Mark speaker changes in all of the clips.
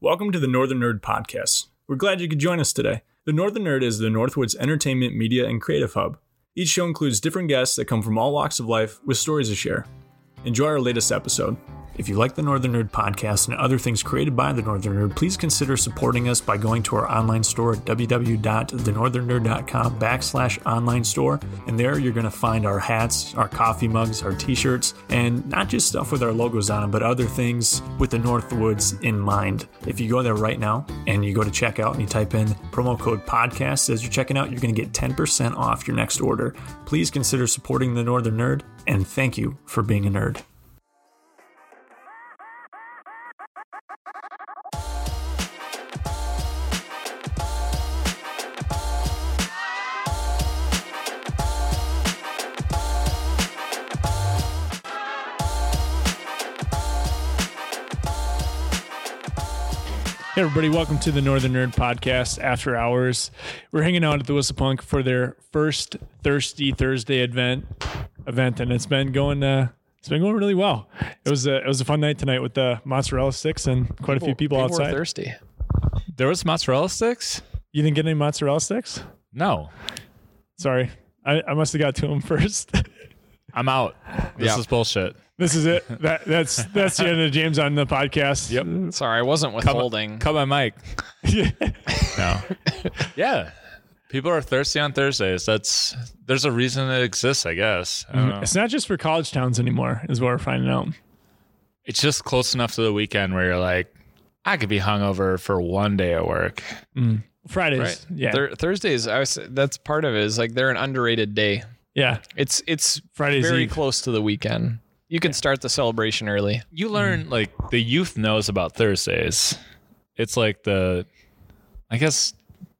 Speaker 1: Welcome to the Northern Nerd Podcast. We're glad you could join us today. The Northern Nerd is the Northwoods entertainment, media, and creative hub. Each show includes different guests that come from all walks of life with stories to share. Enjoy our latest episode. If you like the Northern Nerd podcast and other things created by the Northern Nerd, please consider supporting us by going to our online store at www.thenurthernnerd.com backslash online store. And there you're going to find our hats, our coffee mugs, our t-shirts, and not just stuff with our logos on them, but other things with the Northwoods in mind. If you go there right now and you go to checkout and you type in promo code podcast as you're checking out, you're going to get 10% off your next order. Please consider supporting the Northern Nerd and thank you for being a nerd. Hey everybody, welcome to the Northern Nerd Podcast After Hours. We're hanging out at the Whistle Punk for their first Thirsty Thursday event event, and it's been going uh it's been going really well. It was a it was a fun night tonight with the mozzarella sticks and quite a few people,
Speaker 2: were
Speaker 1: outside.
Speaker 2: thirsty.
Speaker 3: There was mozzarella sticks?
Speaker 1: You didn't get any mozzarella sticks?
Speaker 3: No,
Speaker 1: Sorry. I, I must have got to them first.
Speaker 3: I'm out. This
Speaker 2: Yeah.
Speaker 3: is bullshit.
Speaker 1: this is it. That that's that's the end of James on the podcast.
Speaker 3: Yep.
Speaker 2: Sorry, I wasn't withholding.
Speaker 3: Cut my mic. no. Yeah. People are thirsty on Thursdays. That's there's a reason it exists, I guess. I don't know.
Speaker 1: It's not just for college towns anymore, is what we're finding out.
Speaker 3: It's just close enough to the weekend where you're like, I could be hungover for one day at work.
Speaker 1: Fridays.
Speaker 2: Right.
Speaker 1: Yeah.
Speaker 2: Thur- Thursdays. I was, that's part of it. Is like they're an underrated day.
Speaker 1: yeah.
Speaker 2: It's it's
Speaker 1: Friday's
Speaker 2: very
Speaker 1: Eve.
Speaker 2: close to the weekend. You can start the celebration early.
Speaker 3: You learn like the youth knows about Thursdays. It's like the I guess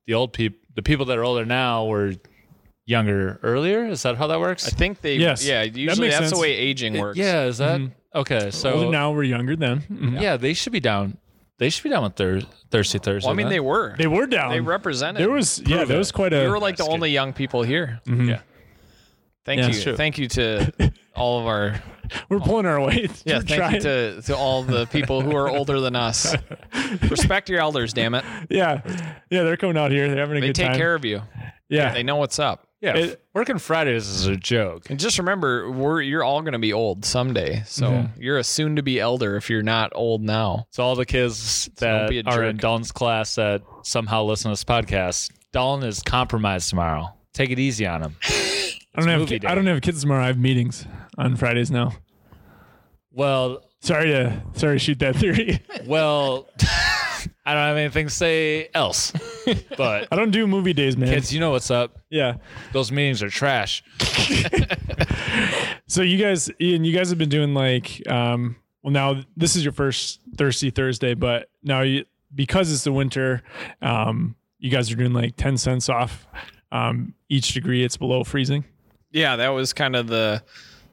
Speaker 3: the old people the people that are older now were younger earlier. Is that how that works?
Speaker 2: I think they.
Speaker 1: Yes.
Speaker 2: Yeah.
Speaker 1: That
Speaker 2: Usually
Speaker 1: makes
Speaker 2: that's
Speaker 1: sense.
Speaker 2: the way aging works.
Speaker 3: Yeah, is that okay? So
Speaker 1: Older now we're younger then. Mhm.
Speaker 3: yeah, they should be down. They should be down with thir- thirsty Thursday.
Speaker 2: Well, I mean, they
Speaker 3: then.
Speaker 2: were.
Speaker 1: They were down.
Speaker 2: They represented.
Speaker 1: There was yeah,
Speaker 3: Prove
Speaker 1: there
Speaker 3: it.
Speaker 1: was quite a.
Speaker 2: We were like the only young people here.
Speaker 3: yeah.
Speaker 2: Thank
Speaker 1: Yeah, it's
Speaker 2: you.
Speaker 1: true.
Speaker 2: Thank you to all of our.
Speaker 1: we're pulling our weight.
Speaker 2: Yeah.
Speaker 1: We're
Speaker 2: thank you
Speaker 1: trying.
Speaker 2: to to all the people who are older than us. Respect your elders, damn it.
Speaker 1: yeah, yeah, they're coming out here. They're having a
Speaker 2: They
Speaker 1: good
Speaker 2: take
Speaker 1: time.
Speaker 2: care of you.
Speaker 1: yeah,
Speaker 2: They know what's up.
Speaker 3: Yeah,
Speaker 1: It-
Speaker 3: working Fridays is a joke.
Speaker 2: And just remember, we're you're all going to be old someday. So you're a soon to be elder if you're not old now.
Speaker 3: So all the kids that
Speaker 2: be a
Speaker 3: are in
Speaker 2: jerk.
Speaker 3: Dalton's class that somehow listen to this podcast, Dalton is compromised tomorrow. Take it easy on him.
Speaker 1: I don't have
Speaker 3: movie
Speaker 1: ki-
Speaker 3: day.
Speaker 1: I don't have kids tomorrow. I have meetings on Fridays now.
Speaker 3: Well,
Speaker 1: Sorry to sorry to shoot that theory.
Speaker 3: well, I don't have anything to say else. But
Speaker 1: I don't do movie days, man.
Speaker 3: kids, you know what's up.
Speaker 1: Yeah.
Speaker 3: Those meetings are trash.
Speaker 1: So you guys, Ian, you guys have been doing like, um, well, now this is your first Thirsty Thursday, but now you, because it's the winter, um, you guys are doing like ten cents off um, each degree it's below freezing.
Speaker 2: Yeah, that was kind of the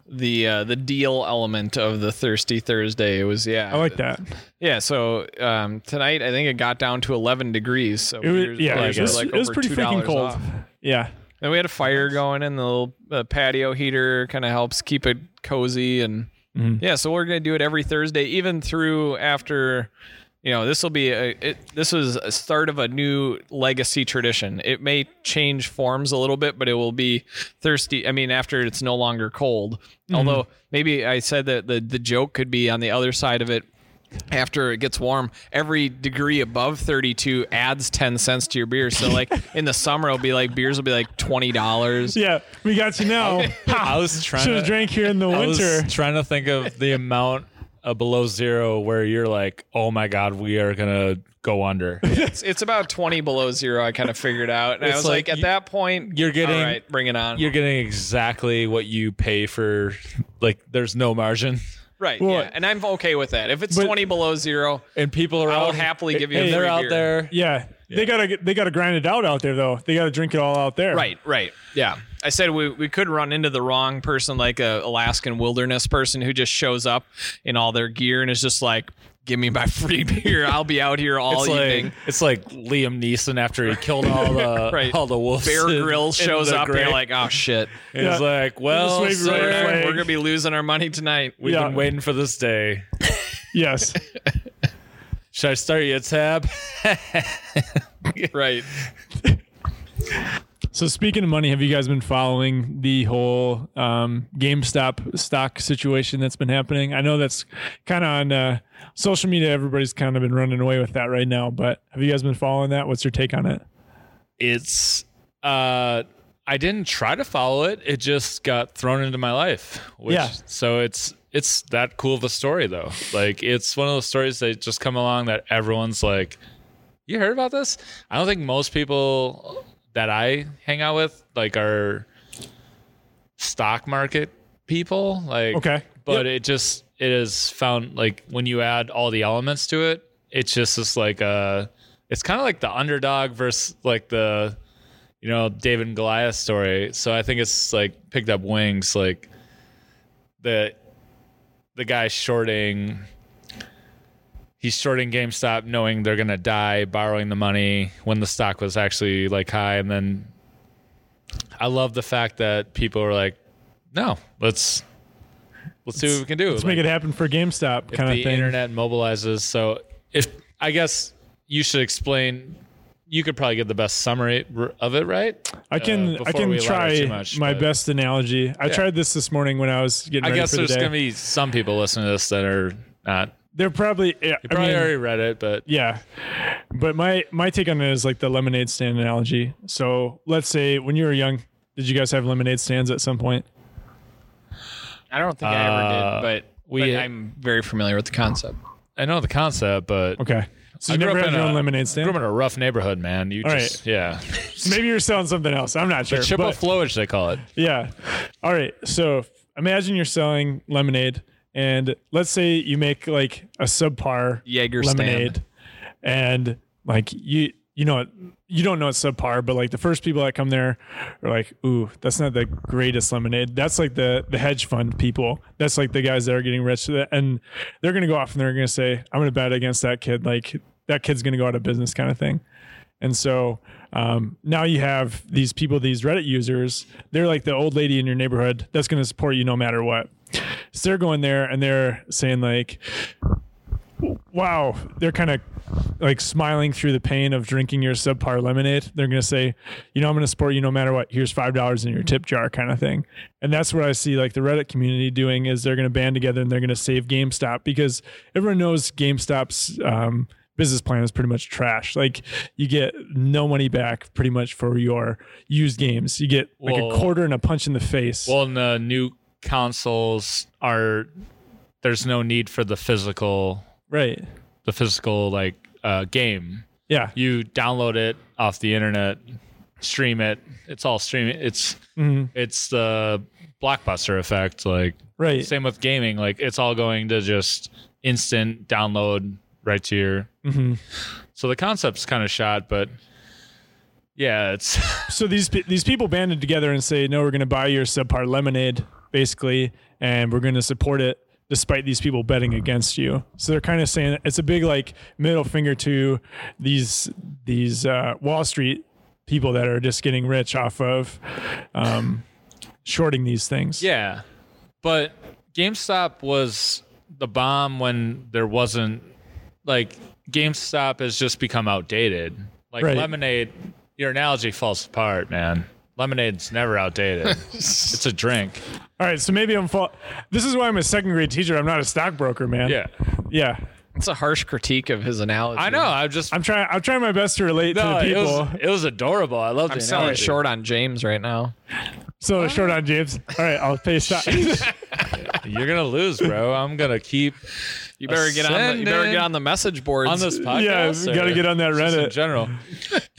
Speaker 2: the uh, the deal element of the thirsty Thursday. It was yeah.
Speaker 1: I like that.
Speaker 2: Yeah, so um, tonight I think it got down to 11 degrees. So
Speaker 1: It
Speaker 2: we were,
Speaker 1: was, yeah,
Speaker 2: like,
Speaker 1: it
Speaker 2: we were,
Speaker 1: was,
Speaker 3: uh,
Speaker 2: like,
Speaker 1: it was
Speaker 2: over
Speaker 1: pretty freaking
Speaker 2: $2
Speaker 1: cold.
Speaker 2: off.
Speaker 1: Yeah.
Speaker 2: Then we had a fire going in the little uh, patio heater kind of helps keep it cozy and yeah, so we're going to do it every Thursday even through after you know, this will be a it, this is a start of a new legacy tradition. It may change forms a little bit, but it will be thirsty. I mean, after it's no longer cold. Although maybe I said that the the joke could be on the other side of it after it gets warm, every degree above 32 adds 10 cents to your beer. So, like in the summer, it'll be like beers will be like $20.
Speaker 1: Yeah, we got you now.
Speaker 3: I was trying
Speaker 1: Should have
Speaker 3: to-
Speaker 1: drank here in the
Speaker 3: I was
Speaker 1: winter.
Speaker 3: trying to think of the amount of below zero where you're like, oh my god, we are gonna go under.
Speaker 2: It's, it's about 20 below zero. I kind of figured out. And I
Speaker 3: It's
Speaker 2: was like,
Speaker 3: like
Speaker 2: at
Speaker 3: you-
Speaker 2: that point,
Speaker 3: you're getting-
Speaker 2: all right, bring it on.
Speaker 3: You're getting exactly what you pay for. Like, there's no margin,
Speaker 2: right.
Speaker 1: Well-
Speaker 2: yeah. And I'm okay with that. If it's
Speaker 1: But-
Speaker 2: 20 below zero,
Speaker 3: and people are
Speaker 2: I'll
Speaker 3: out
Speaker 2: happily give you
Speaker 3: and
Speaker 2: a
Speaker 3: they're
Speaker 2: free
Speaker 3: out
Speaker 2: beer.
Speaker 3: there.
Speaker 1: yeah. They gotta they gotta grind it out out there though. They gotta drink it all out there.
Speaker 2: Right, right. Yeah. I said we, we could run into the wrong person, like a Alaskan wilderness person who just shows up in all their gear and is just like, give me my free beer. I'll be out here all
Speaker 3: It's
Speaker 2: evening.
Speaker 3: like it's like Liam Neeson after he killed all the
Speaker 2: Right.
Speaker 3: all the wolves.
Speaker 2: Bear
Speaker 3: in-
Speaker 2: Grill
Speaker 3: in
Speaker 2: shows
Speaker 3: the
Speaker 2: up and
Speaker 3: grave.
Speaker 2: you're like, oh shit.
Speaker 3: And he's
Speaker 1: Yeah.
Speaker 3: like, well,
Speaker 1: wave your
Speaker 3: sir,
Speaker 1: right
Speaker 2: We're
Speaker 1: flag.
Speaker 2: gonna be losing our money tonight.
Speaker 3: we've
Speaker 1: Yeah.
Speaker 3: been waiting for this day.
Speaker 1: Yes.
Speaker 3: Should I start you a tab?
Speaker 2: right.
Speaker 4: So speaking of money, have you guys been following the whole um, GameStop stock situation that's been happening? I know that's kind of on uh, social media. Everybody's kind of been running away with that right now. But have you guys been following that? What's your take on it?
Speaker 3: it's uh I didn't try to follow it. It just got thrown into my life. Which,
Speaker 4: Yeah.
Speaker 3: So it's it's that cool of a story though. Like it's one of those stories that just come along that everyone's like, "You heard about this?" I don't think most people that I hang out with like are stock market people. Like
Speaker 4: Okay.
Speaker 3: but it just it is found like when you add all the elements to it, it's just this like uh it's kind of like the underdog versus like the you know David and Goliath story. So I think it's like picked up wings like the the guy shorting he's shorting GameStop knowing they're going to die borrowing the money when the stock was actually like high and then I love the fact that people are like no, let's let's see what we can do.
Speaker 4: Let's
Speaker 3: Like,
Speaker 4: make it happen for GameStop
Speaker 3: if
Speaker 4: kind of
Speaker 3: the
Speaker 4: thing.
Speaker 3: internet mobilizes. So if I guess you should explain, you could probably get the best summary r- of it, right?
Speaker 4: I
Speaker 3: uh,
Speaker 4: can I
Speaker 3: before
Speaker 4: can
Speaker 3: we elaborate
Speaker 4: try
Speaker 3: too much,
Speaker 4: my
Speaker 3: but-
Speaker 4: best analogy. I tried this this morning when I was getting
Speaker 3: I
Speaker 4: ready
Speaker 3: guess
Speaker 4: for the
Speaker 3: there's
Speaker 4: day.
Speaker 3: gonna be some people listening to this that are not.
Speaker 4: They're probably yeah, I
Speaker 3: Probably
Speaker 4: mean,
Speaker 3: already read it, but
Speaker 4: Yeah. But my my take on it is like the lemonade stand analogy. So let's say when you were young, did you guys have lemonade stands at some point?
Speaker 2: I don't think I
Speaker 3: Uh,
Speaker 2: ever did, but
Speaker 3: we-
Speaker 2: but I'm very familiar with the concept.
Speaker 3: I know the concept. But
Speaker 4: Okay. So
Speaker 3: I
Speaker 4: you
Speaker 3: grew
Speaker 4: never
Speaker 3: up
Speaker 4: had
Speaker 3: in
Speaker 4: your
Speaker 3: a-
Speaker 4: own lemonade
Speaker 3: I
Speaker 4: stand?
Speaker 3: grew up in a rough neighborhood, man. You
Speaker 4: All
Speaker 3: just yeah,
Speaker 4: Maybe you're selling something else. I'm not sure.
Speaker 3: triple
Speaker 4: but-
Speaker 3: flowage they call it.
Speaker 4: yeah. All right. So f- imagine you're selling lemonade and let's say you make like a subpar
Speaker 2: Jaeger stand.
Speaker 4: lemonade and like you you know it you don't know it's subpar, but like the first people that come there are like, ooh, that's not the greatest lemonade. That's like the the hedge fund people. That's like the guys that are getting rich. That- And they're gonna go off and they're gonna say, I'm gonna bet against that kid. Like that kid's gonna go out of business kind of thing. And so um, now you have these people, these Reddit users. They're like the old lady in your neighborhood that's going to support you no matter what. So they're going there and they're saying like, "Wow!" They're kind of like smiling through the pain of drinking your subpar lemonade. They're going to say, "You know, I'm going to support you no matter what. Here's five dollars in your tip jar," kind of thing. And that's what I see like the Reddit community doing is they're going to band together and they're going to save GameStop because everyone knows GameStop's. Um, business plan is pretty much trash. Like you get no money back pretty much for your used games. You get like
Speaker 3: Well-
Speaker 4: a quarter and a punch in the face.
Speaker 3: Well, and the new consoles are there's no need for the physical
Speaker 4: right.
Speaker 3: the physical like uh, game.
Speaker 4: Yeah.
Speaker 3: you download it off the internet, stream it. It's all streaming. It's
Speaker 4: Mhm.
Speaker 3: it's the blockbuster effect. Like
Speaker 4: Right.
Speaker 3: same with gaming. Like it's all going to just instant download right to your.
Speaker 4: Mhm.
Speaker 3: So the concept's kind of shot, but yeah, it's
Speaker 4: So these pe- these people banded together and say, "No, we're going to buy your subpar lemonade basically and we're going to support it." Despite these people betting against you, so they're kind of saying it's a big like middle finger to these these uh, Wall Street people that are just getting rich off of um, shorting these things.
Speaker 3: yeah. But GameStop was the bomb when there wasn't like GameStop has just become outdated. Like
Speaker 4: Right.
Speaker 3: lemonade, your analogy falls apart, man. Lemonade's never outdated. it's a drink.
Speaker 4: All right, so maybe I'm fault. This is why I'm a second grade teacher. I'm not a stockbroker, man.
Speaker 3: Yeah.
Speaker 4: yeah.
Speaker 2: It's a harsh critique of his analogy.
Speaker 3: I know. I'm just
Speaker 4: I'm trying. I'm trying my best to relate
Speaker 3: no,
Speaker 4: to the
Speaker 3: it
Speaker 4: people.
Speaker 3: was, it was adorable. I love
Speaker 2: I'm
Speaker 3: the
Speaker 2: selling
Speaker 3: analogy.
Speaker 2: short on James right now.
Speaker 4: so short on James. All right, I'll pay stock.
Speaker 3: You're gonna lose, bro. I'm gonna keep
Speaker 2: You better get on. The, you better
Speaker 3: Ascending.
Speaker 2: get on the message boards.
Speaker 3: on this podcast.
Speaker 4: yeah, we got to get on that
Speaker 3: just in
Speaker 4: Reddit.
Speaker 3: general.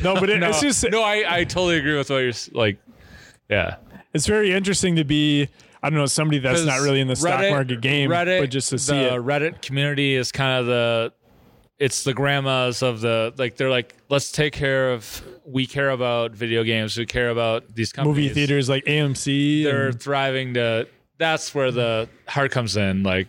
Speaker 4: No, but it,
Speaker 3: No,
Speaker 4: it's just
Speaker 3: no, I, I totally agree with what you're s- like. Yeah,
Speaker 4: it's very interesting to be. I don't know somebody that's not really in the stock
Speaker 3: Reddit-
Speaker 4: market game,
Speaker 3: Reddit,
Speaker 4: but just to see
Speaker 3: the
Speaker 4: it.
Speaker 3: Reddit community is kind of the it's the grandmas of the like they're like let's take care of we care about video games we care about these companies
Speaker 4: Movie theaters like AMC.
Speaker 3: they're
Speaker 4: and-
Speaker 3: thriving to that's where the heart comes in like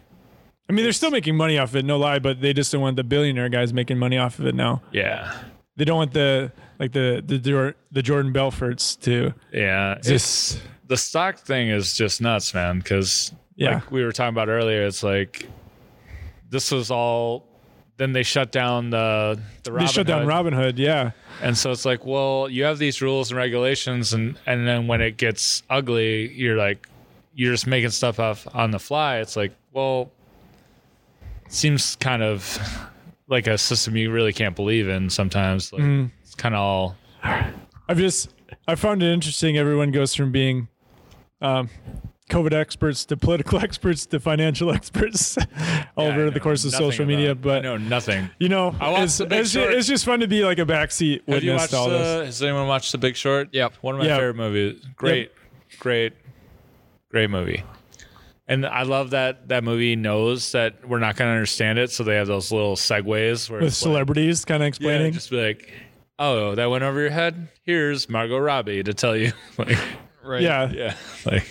Speaker 4: I mean, they're still making money off of it, no lie. But they just don't want the billionaire guys making money off of it now.
Speaker 3: yeah
Speaker 4: They don't want the like the the Jor- the Jordan Belforts to
Speaker 3: yeah
Speaker 4: just
Speaker 3: the stock thing is just nuts man because
Speaker 4: yeah
Speaker 3: like we were talking about earlier it's like this was all then they shut down the the Robin
Speaker 4: they shut down
Speaker 3: Hood.
Speaker 4: Robin Hood. Yeah.
Speaker 3: And so it's like, well, you have these rules and regulations, and and then when it gets ugly, you're like, you're just making stuff up on the fly. It's like, well, it seems kind of like a system you really can't believe in sometimes. Like,
Speaker 4: Mm-hmm.
Speaker 3: It's kind of all
Speaker 4: I've just I found it interesting. Everyone goes from being um, COVID experts to political experts to financial experts all
Speaker 3: Yeah, I
Speaker 4: over the
Speaker 3: know
Speaker 4: course of
Speaker 3: nothing
Speaker 4: social media.
Speaker 3: about- I
Speaker 4: But
Speaker 3: know nothing.
Speaker 4: you know,
Speaker 3: watched
Speaker 4: it's,
Speaker 3: The Big
Speaker 4: it's, ju-
Speaker 3: Short.
Speaker 4: it's just fun to be like a backseat
Speaker 3: Have you
Speaker 4: witness
Speaker 3: watched?
Speaker 4: to all this.
Speaker 3: Uh, has anyone watched The Big Short?
Speaker 2: Yep.
Speaker 3: One of my
Speaker 4: Yeah.
Speaker 3: favorite movies. Great, great, great movie. And I love that that movie knows that we're not going to understand it, so they have those little segues where
Speaker 4: With
Speaker 3: it's like-
Speaker 4: celebrities kind of
Speaker 3: Yeah,
Speaker 4: explaining.
Speaker 3: just be like, "Oh, that went over your head. Here's Margot Robbie to tell you." like,
Speaker 2: Right.
Speaker 4: Yeah,
Speaker 3: yeah, like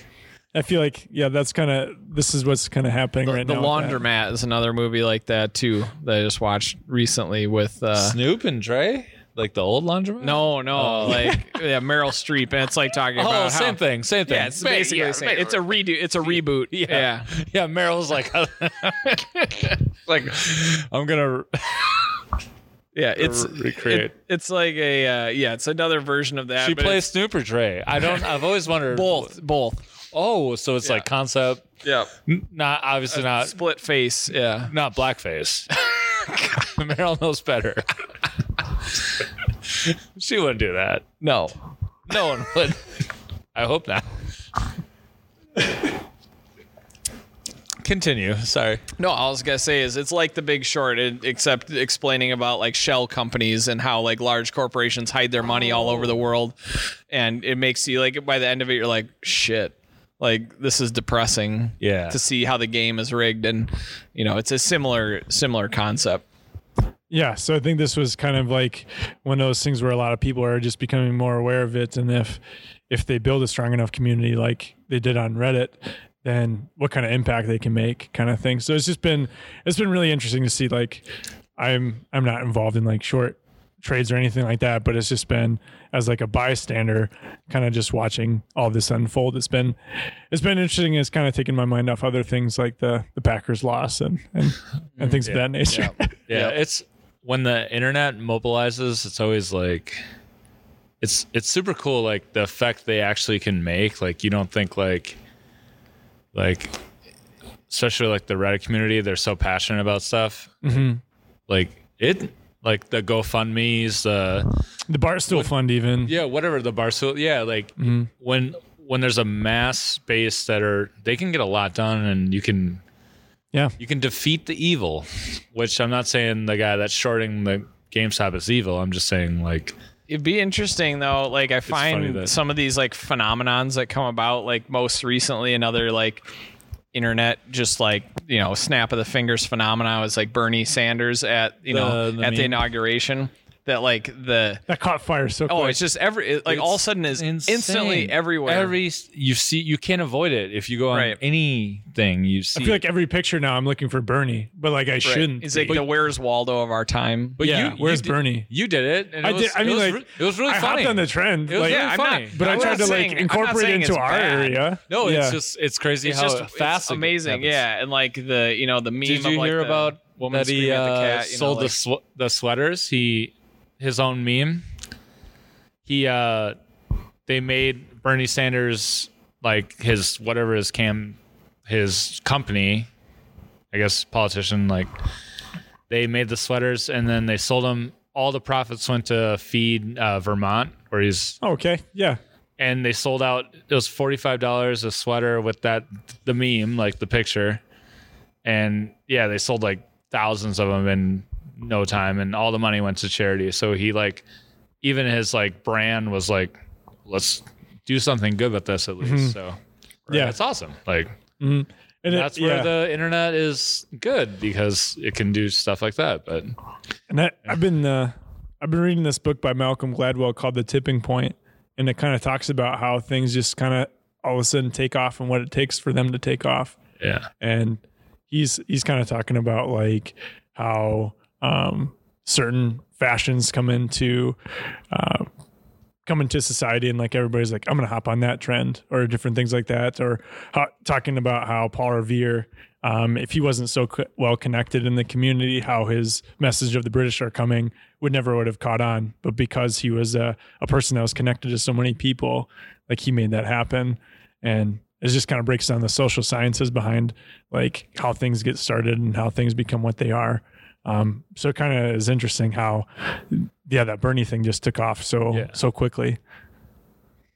Speaker 4: I feel like yeah, that's kind of this is what's kind of happening right
Speaker 2: the
Speaker 4: now. with that.
Speaker 2: Laundromat is another movie like that too that I just watched recently with uh
Speaker 3: Snoop and Dre, like the old laundromat.
Speaker 2: no no like yeah Meryl Streep and it's like talking
Speaker 3: oh,
Speaker 2: about
Speaker 3: same
Speaker 2: how,
Speaker 3: thing, same thing.
Speaker 2: yeah it's basically the same it's a redo it's a reboot yeah,
Speaker 3: yeah. Meryl's like,
Speaker 2: like
Speaker 3: I'm gonna
Speaker 2: yeah it's
Speaker 3: recreate.
Speaker 2: it- it's like a uh, yeah it's another version of that
Speaker 3: she
Speaker 2: but
Speaker 3: plays Snoop or Dre. I don't. I've always wondered
Speaker 2: it's both both
Speaker 3: Oh, so it's like concept,
Speaker 2: yeah Uh,
Speaker 3: n- not obviously not
Speaker 2: split face yeah
Speaker 3: not blackface. Meryl knows better. she wouldn't do that.
Speaker 2: no
Speaker 3: No one would. I hope not. Continue. Sorry.
Speaker 2: No, all I was gonna say is it's like The Big Short, it- except explaining about like shell companies and how like large corporations hide their money all over the world, and it makes you like by the end of it you're like shit, like this is depressing.
Speaker 3: Yeah.
Speaker 2: To see how the game is rigged, and you know it's a similar similar concept.
Speaker 4: Yeah, so I think this was kind of like one of those things where a lot of people are just becoming more aware of it, and if if they build a strong enough community like they did on Reddit, then what kind of impact they can make, kind of thing. So it's just been it's been really interesting to see. Like, I'm I'm not involved in like short trades or anything like that, but it's just been as like a bystander, kind of just watching all this unfold. It's been it's been interesting. It's kind of taken my mind off other things like the the Packers loss and and, and things of that nature.
Speaker 3: Mm-hmm. Yeah,
Speaker 2: Yep.
Speaker 3: it's when the internet mobilizes, it's always like it's it's super cool like the effect they actually can make. Like you don't think like like especially like the Reddit community, they're so passionate about stuff. Like it like the GoFundMe's, the
Speaker 4: The Barstool Fund, even.
Speaker 3: yeah, whatever the barstool. Yeah, like
Speaker 4: Mm-hmm.
Speaker 3: when when there's a mass space that are they can get a lot done, and you can
Speaker 4: Yeah.
Speaker 3: you can defeat the evil. Which I'm not saying the guy that's shorting the GameStop is evil. I'm just saying like
Speaker 2: It'd be interesting though. Like I
Speaker 3: funny
Speaker 2: find
Speaker 3: that-
Speaker 2: some of these like phenomenons that come about, like most recently another like internet just like you know snap of the fingers phenomena was like Bernie Sanders at you know
Speaker 3: The- the
Speaker 2: at the
Speaker 3: meme.
Speaker 2: inauguration that like the
Speaker 4: That caught fire so quick.
Speaker 2: oh it's just every it, like all of a sudden is instantly everywhere
Speaker 3: Every you see, you can't avoid it if you go on
Speaker 2: Right.
Speaker 3: anything you see.
Speaker 4: I feel like every picture now I'm looking for Bernie, but like I
Speaker 2: Right.
Speaker 4: shouldn't.
Speaker 2: He's like the Where's Waldo of our time.
Speaker 3: but
Speaker 4: yeah, where's
Speaker 3: did-
Speaker 4: Bernie?
Speaker 3: You did it. And it
Speaker 4: I
Speaker 3: was,
Speaker 4: did. I
Speaker 3: it
Speaker 4: mean,
Speaker 3: was
Speaker 4: like
Speaker 3: re- it was really
Speaker 4: I
Speaker 3: funny.
Speaker 4: hopped on the trend.
Speaker 3: It was
Speaker 4: like,
Speaker 3: really
Speaker 2: yeah, I'm
Speaker 3: funny.
Speaker 2: not-
Speaker 4: but I
Speaker 2: I'm
Speaker 4: tried
Speaker 2: not
Speaker 4: to
Speaker 2: saying-
Speaker 4: like
Speaker 2: I'm not
Speaker 4: incorporate it
Speaker 2: saying
Speaker 4: into
Speaker 2: it's
Speaker 4: our
Speaker 2: bad.
Speaker 4: area.
Speaker 3: No,
Speaker 4: yeah.
Speaker 3: it's just it's crazy
Speaker 2: it's
Speaker 3: how
Speaker 2: just
Speaker 3: fast
Speaker 2: it's amazing, yeah, and like the you know the meme.
Speaker 3: Did
Speaker 2: of,
Speaker 3: you
Speaker 2: like,
Speaker 3: hear
Speaker 2: the
Speaker 3: about
Speaker 2: woman
Speaker 3: that he
Speaker 2: screaming at the
Speaker 3: uh,
Speaker 2: cat, you know,
Speaker 3: sold the
Speaker 2: like-
Speaker 3: sw- the sweaters? He his own meme. He uh, they made Bernie Sanders like his whatever his cam his company, I guess politician like they made the sweaters and then they sold them. All the profits went to feed uh, Vermont, where he's
Speaker 4: Oh, okay. Yeah.
Speaker 3: and they sold out it was $45 a sweater with that the meme like the picture and yeah they sold like thousands of them in no time and all the money went to charity so he like even his like brand was like let's do something good with this at least so
Speaker 4: Mm-hmm. Yeah.
Speaker 3: it's awesome like
Speaker 4: And it-
Speaker 3: that's where
Speaker 4: yeah.
Speaker 3: the internet is good because it can do stuff like that but
Speaker 4: And I, I've been uh, I've been reading this book by Malcolm Gladwell called The Tipping Point, and it kind of talks about how things just kind of all of a sudden take off and what it takes for them to take off.
Speaker 3: yeah
Speaker 4: and he's he's kind of talking about like how um certain fashions come into uh, come into society and like everybody's like i'm gonna hop on that trend or different things like that or how, talking about how paul revere um, if he wasn't so co- well connected in the community, how his message of the British are coming would never would have caught on. But because he was a, a person that was connected to so many people, like he made that happen. And it just kind of breaks down the social sciences behind like how things get started and how things become what they are. Um, so it kind of is interesting how, yeah, that Bernie thing just took off so
Speaker 3: Yeah.
Speaker 4: so quickly.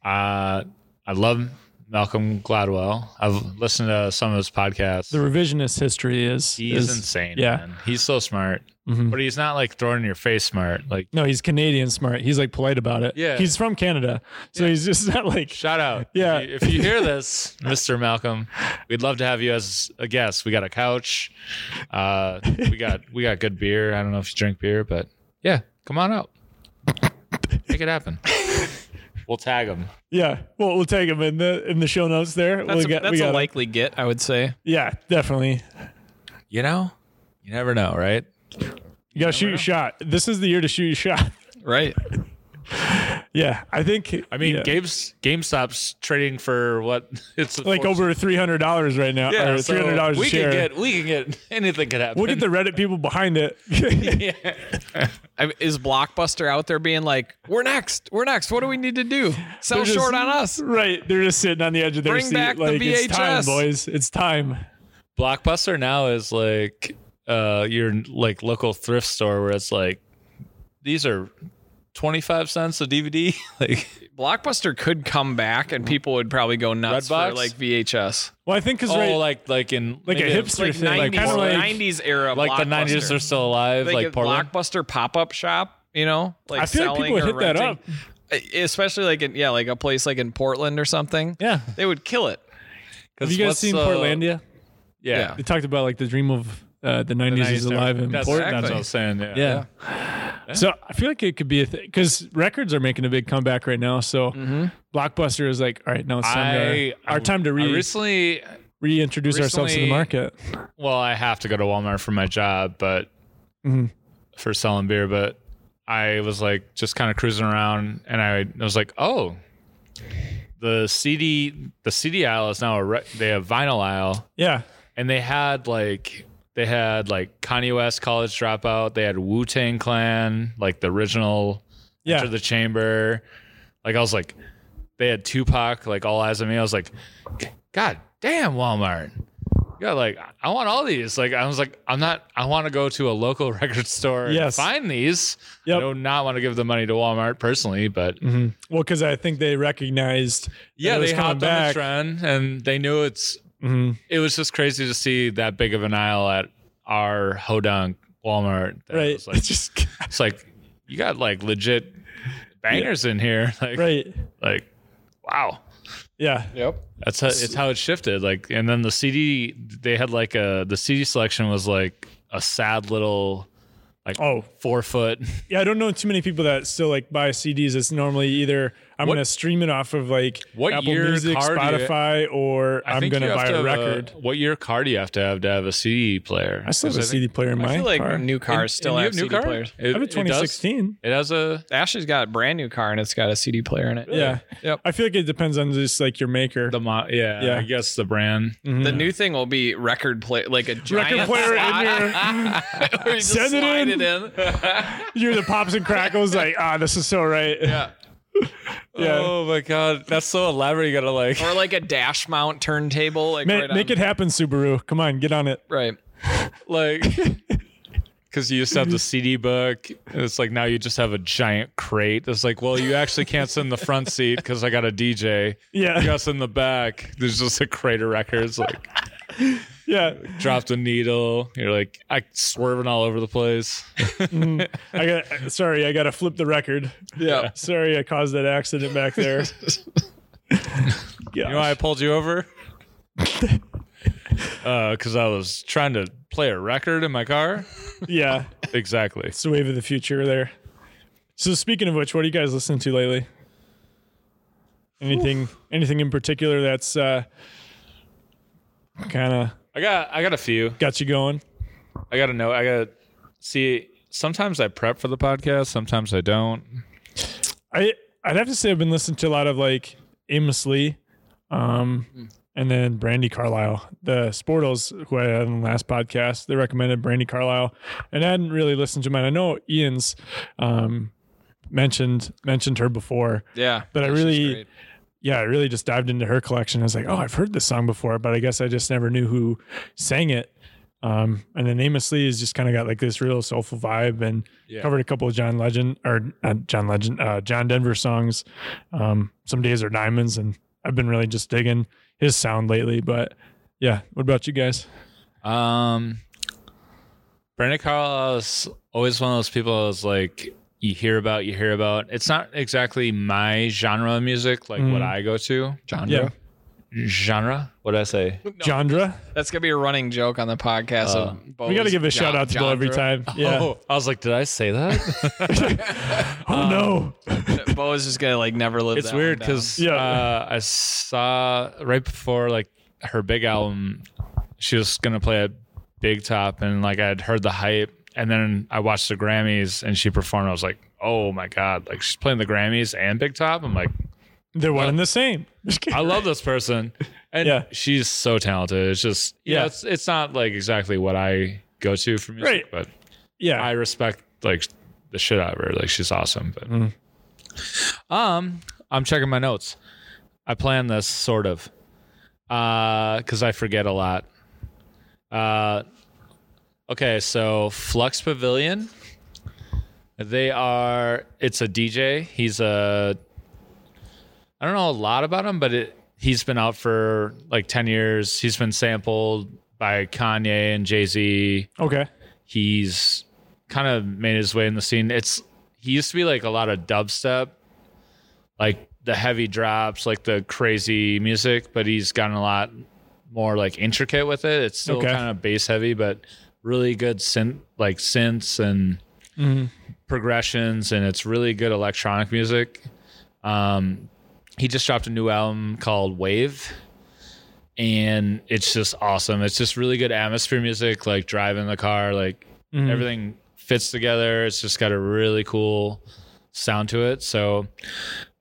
Speaker 3: Uh, I love Malcolm Gladwell. I've listened to some of his podcasts.
Speaker 4: The revisionist history is
Speaker 3: he's
Speaker 4: is-
Speaker 3: insane.
Speaker 4: yeah.
Speaker 3: man. he's so smart,
Speaker 4: Mhm.
Speaker 3: but he's not like throwing in your face smart. Like
Speaker 4: No, he's Canadian smart. He's like polite about it.
Speaker 3: Yeah.
Speaker 4: he's from Canada, so he's just not like
Speaker 3: shout out,
Speaker 4: Yeah.
Speaker 3: If you, if you hear this, Mister Malcolm, we'd love to have you as a guest. We got a couch. Uh, we got we got good beer. I don't know if you drink beer, but yeah, come on out. Make it happen. We'll tag him.
Speaker 4: yeah. Well, we'll take him in the in the show notes there.
Speaker 2: That's,
Speaker 4: we
Speaker 2: a,
Speaker 4: got
Speaker 2: that's
Speaker 4: we got
Speaker 2: a
Speaker 4: him.
Speaker 2: likely get, I would say.
Speaker 4: yeah, definitely.
Speaker 3: You know, you never know, right?
Speaker 4: You gotta shoot your shot. This is the year to shoot your shot.
Speaker 2: Right.
Speaker 4: yeah, I think.
Speaker 3: I mean,
Speaker 4: yeah.
Speaker 3: Gabe's GameStop's trading for what it's a
Speaker 4: like
Speaker 3: fortune.
Speaker 4: over three hundred dollars right now.
Speaker 3: Yeah,
Speaker 4: or
Speaker 3: so
Speaker 4: three hundred dollars a
Speaker 3: We
Speaker 4: share.
Speaker 3: can get we can get anything could happen.
Speaker 4: we'll get the Reddit people behind it.
Speaker 2: I, is Blockbuster out there being like, "We're next, we're next. What do we need to do? Sell
Speaker 4: They're just-
Speaker 2: short on us."
Speaker 4: Right. They're just sitting on the edge of their
Speaker 2: Bring
Speaker 4: seat.
Speaker 2: back the
Speaker 4: like it's time,
Speaker 2: VHS.
Speaker 4: boys. It's time.
Speaker 3: Blockbuster now is like uh your like local thrift store where it's like these are twenty five cents a DVD. like
Speaker 2: Blockbuster could come back, and people would probably go nuts for
Speaker 3: Redbox?
Speaker 2: like VHS,
Speaker 4: Well, I think because
Speaker 3: oh,
Speaker 4: right,
Speaker 3: like like in
Speaker 4: Like a
Speaker 3: maybe
Speaker 4: hipster
Speaker 2: like
Speaker 4: Sure thing, like
Speaker 2: nineties,
Speaker 4: kinda like-
Speaker 2: nineties era.
Speaker 3: like the
Speaker 2: nineties
Speaker 3: nineties are still alive,
Speaker 2: like,
Speaker 3: like
Speaker 2: a
Speaker 3: Portland.
Speaker 2: Blockbuster pop up shop. You know, like
Speaker 4: I feel like
Speaker 2: selling
Speaker 4: people
Speaker 2: or
Speaker 4: hit that
Speaker 2: renting. E,
Speaker 4: up.
Speaker 2: especially like in yeah, like a place like in Portland or something.
Speaker 4: Yeah.
Speaker 2: They would kill it.
Speaker 4: Have you guys
Speaker 3: what's,
Speaker 4: seen
Speaker 3: uh,
Speaker 4: Portlandia?
Speaker 3: Yeah.
Speaker 2: Yeah.
Speaker 4: They talked about like the dream of uh, the nineties is alive in
Speaker 3: that's,
Speaker 4: Portland.
Speaker 3: that's what I was saying.
Speaker 4: Yeah. So I feel like it could be a thing because records are making a big comeback right now. So Blockbuster is like, all right, now it's time
Speaker 3: Mm-hmm. I-
Speaker 4: to our time to
Speaker 3: I
Speaker 4: re-
Speaker 3: recently
Speaker 4: reintroduce ourselves to the
Speaker 3: recently-
Speaker 4: market.
Speaker 3: well, I have to go to Walmart for my job, but
Speaker 4: Mhm.
Speaker 3: for selling beer, but I was like just kind of cruising around and I was like, oh, the CD, the CD aisle is now a, re- they have vinyl aisle
Speaker 4: Yeah.
Speaker 3: and they had like, they had like Kanye West college dropout. They had Wu Tang Clan, like the original
Speaker 4: Yeah.
Speaker 3: Enter the Chamber. Like I was like, they had Tupac, like all eyes on me. I was like, God damn, Walmart. Yeah, like I want all these. Like I was like, I'm not. I want to go to a local record store
Speaker 4: Yes.
Speaker 3: and find these.
Speaker 4: Yep.
Speaker 3: I do not want to give the money to Walmart personally, but
Speaker 4: Mhm. Well, because I think they recognized. that
Speaker 3: yeah,
Speaker 4: it was
Speaker 3: they
Speaker 4: coming
Speaker 3: hopped on the
Speaker 4: back.
Speaker 3: trend and they knew it's.
Speaker 4: Mhm.
Speaker 3: It was just crazy to see that big of an aisle at our Hodunk Walmart. that
Speaker 4: Right.
Speaker 3: was like-
Speaker 4: It's just
Speaker 3: it's like you got like legit bangers in here. Like
Speaker 4: right.
Speaker 3: like wow
Speaker 4: Yeah.
Speaker 2: Yep.
Speaker 3: that's how it's how it shifted like and then the cd they had like a the cd selection was like a sad little
Speaker 4: Oh,
Speaker 3: four foot
Speaker 4: yeah. I don't know too many people that still like buy CDs. It's normally either I'm
Speaker 3: What-
Speaker 4: gonna stream it off of like
Speaker 3: What
Speaker 4: Apple
Speaker 3: year
Speaker 4: Music,
Speaker 3: car do you-
Speaker 4: Spotify, or
Speaker 3: I
Speaker 4: I'm
Speaker 3: think
Speaker 4: gonna
Speaker 3: you have
Speaker 4: buy
Speaker 3: to uh,
Speaker 4: a
Speaker 3: have
Speaker 4: record.
Speaker 3: what year car do you have to have to have a cd player
Speaker 4: I still have a
Speaker 3: Because
Speaker 4: CD player in my
Speaker 2: I feel like
Speaker 4: car.
Speaker 2: new
Speaker 3: think-
Speaker 2: cars still
Speaker 3: and you
Speaker 2: have, CD
Speaker 3: new car?
Speaker 2: players.
Speaker 3: It-
Speaker 4: I have a
Speaker 3: it does.
Speaker 4: 2016.
Speaker 3: it, has a
Speaker 2: Ashley's got a brand new car and it's got a CD player in it.
Speaker 4: Yeah.
Speaker 2: Yep.
Speaker 4: I feel like it depends on just like your maker.
Speaker 3: the mo- yeah,
Speaker 4: Yeah. Mm-hmm.
Speaker 3: i guess the brand
Speaker 2: The new thing will be record play, like a giant
Speaker 4: Record player in your,
Speaker 2: slot where you just
Speaker 4: Send it
Speaker 2: slide it in.
Speaker 4: in. you're the pops and crackles. Like, ah, this is so right.
Speaker 3: yeah
Speaker 4: Yeah.
Speaker 3: oh my god that's so elaborate you gotta like
Speaker 2: or like a dash mount turntable. Like
Speaker 4: Ma-
Speaker 2: right
Speaker 4: make
Speaker 2: on,
Speaker 4: it happen, Subaru. Come on, get on it.
Speaker 2: right.
Speaker 3: like because you used to have the CD book. and It's like now you just have a giant crate. It's like, well, you actually can't sit in the front seat because I got a DJ.
Speaker 4: Yeah.
Speaker 3: You got us in the back. There's just a crate of records. Like
Speaker 4: Yeah.
Speaker 3: dropped a needle. You're like, I swerving all over the place.
Speaker 4: I got sorry, I gotta flip the record.
Speaker 2: Yeah.
Speaker 4: Sorry I caused that accident back there.
Speaker 3: You know why I pulled you over? Because I was trying to play a record in my car.
Speaker 4: yeah.
Speaker 3: Exactly.
Speaker 4: It's the wave of the future there. So speaking of which, what are you guys listening to lately? Anything anything in particular that's uh kinda
Speaker 3: I got I got a few.
Speaker 4: got you going?
Speaker 3: I gotta know. I gotta see. Sometimes I prep for the podcast. Sometimes I don't.
Speaker 2: Hmm.
Speaker 4: I I'd have to say I've been listening to a lot of like Amos Lee. Um And then Brandy Carlisle, the Sportles who I had on the last podcast, they recommended Brandy Carlisle, and I hadn't really listened to mine. I know Ian's um, mentioned mentioned her before,
Speaker 2: Yeah,
Speaker 4: But I
Speaker 2: she's
Speaker 4: really-
Speaker 2: great.
Speaker 4: yeah, I really just dived into her collection. I was like, oh, I've heard this song before, but I guess I just never knew who sang it. Um, and then Amos Lee has just kind of got like this real soulful vibe and
Speaker 3: Yeah.
Speaker 4: covered a couple of John Legend or uh, John Legend, uh, John Denver songs. Um, Some Days Are Diamonds. And I've been really just digging his sound lately. But yeah, what about you guys?
Speaker 3: Um, Brenda Carlisle is always one of those people that's like you hear about, you hear about. It's not exactly my genre of music, like what
Speaker 4: Mhm.
Speaker 3: I go to.
Speaker 4: Yeah.
Speaker 3: Genre, genre. What did I say?
Speaker 4: Jandra?
Speaker 2: That's gonna be a running joke on the podcast.
Speaker 3: Uh,
Speaker 2: of
Speaker 4: we got to give a shout out to Bo every time. Yeah. Oh,
Speaker 3: Oh, I was like, did I say that?
Speaker 4: no.
Speaker 3: um,
Speaker 2: Bo is just gonna like never live.
Speaker 3: it's
Speaker 2: that one
Speaker 3: weird
Speaker 2: down.
Speaker 3: because
Speaker 4: Yeah.
Speaker 3: uh, I saw right before like her big album, she was gonna play at Big Top, and like I'd heard the hype, and then I watched the Grammys, and she performed. I was like, oh my god, like she's playing the Grammys and Big Top. I'm like,
Speaker 4: They're one and
Speaker 3: uh,
Speaker 4: the same. Just kidding.
Speaker 3: I love this person, and
Speaker 4: Yeah.
Speaker 3: she's so talented. It's just yeah,
Speaker 4: Yeah.
Speaker 3: it's it's not like exactly what I go to for music,
Speaker 4: Right.
Speaker 3: but
Speaker 4: yeah.
Speaker 3: I respect like the shit out of her. Like she's awesome. But um, I'm checking my notes. I plan this sort of because I forget a lot. Uh, okay, so Flux Pavilion. They are. It's a DJ. He's a. I don't know a lot about him, but it, he's been out for like ten years. He's been sampled by Kanye and Jay Z
Speaker 4: okay.
Speaker 3: he's kind of made his way in the scene. It's he used to be like a lot of dubstep, like the heavy drops, like the crazy music, but he's gotten a lot more like intricate with it. It's still
Speaker 4: Okay.
Speaker 3: kind of bass heavy, but really good synth like synths and progressions and it's really good electronic music. Um he just dropped a new album called Wave and it's just awesome. It's just really good atmosphere music, like driving the car, like everything fits together. It's just got a really cool sound to it. So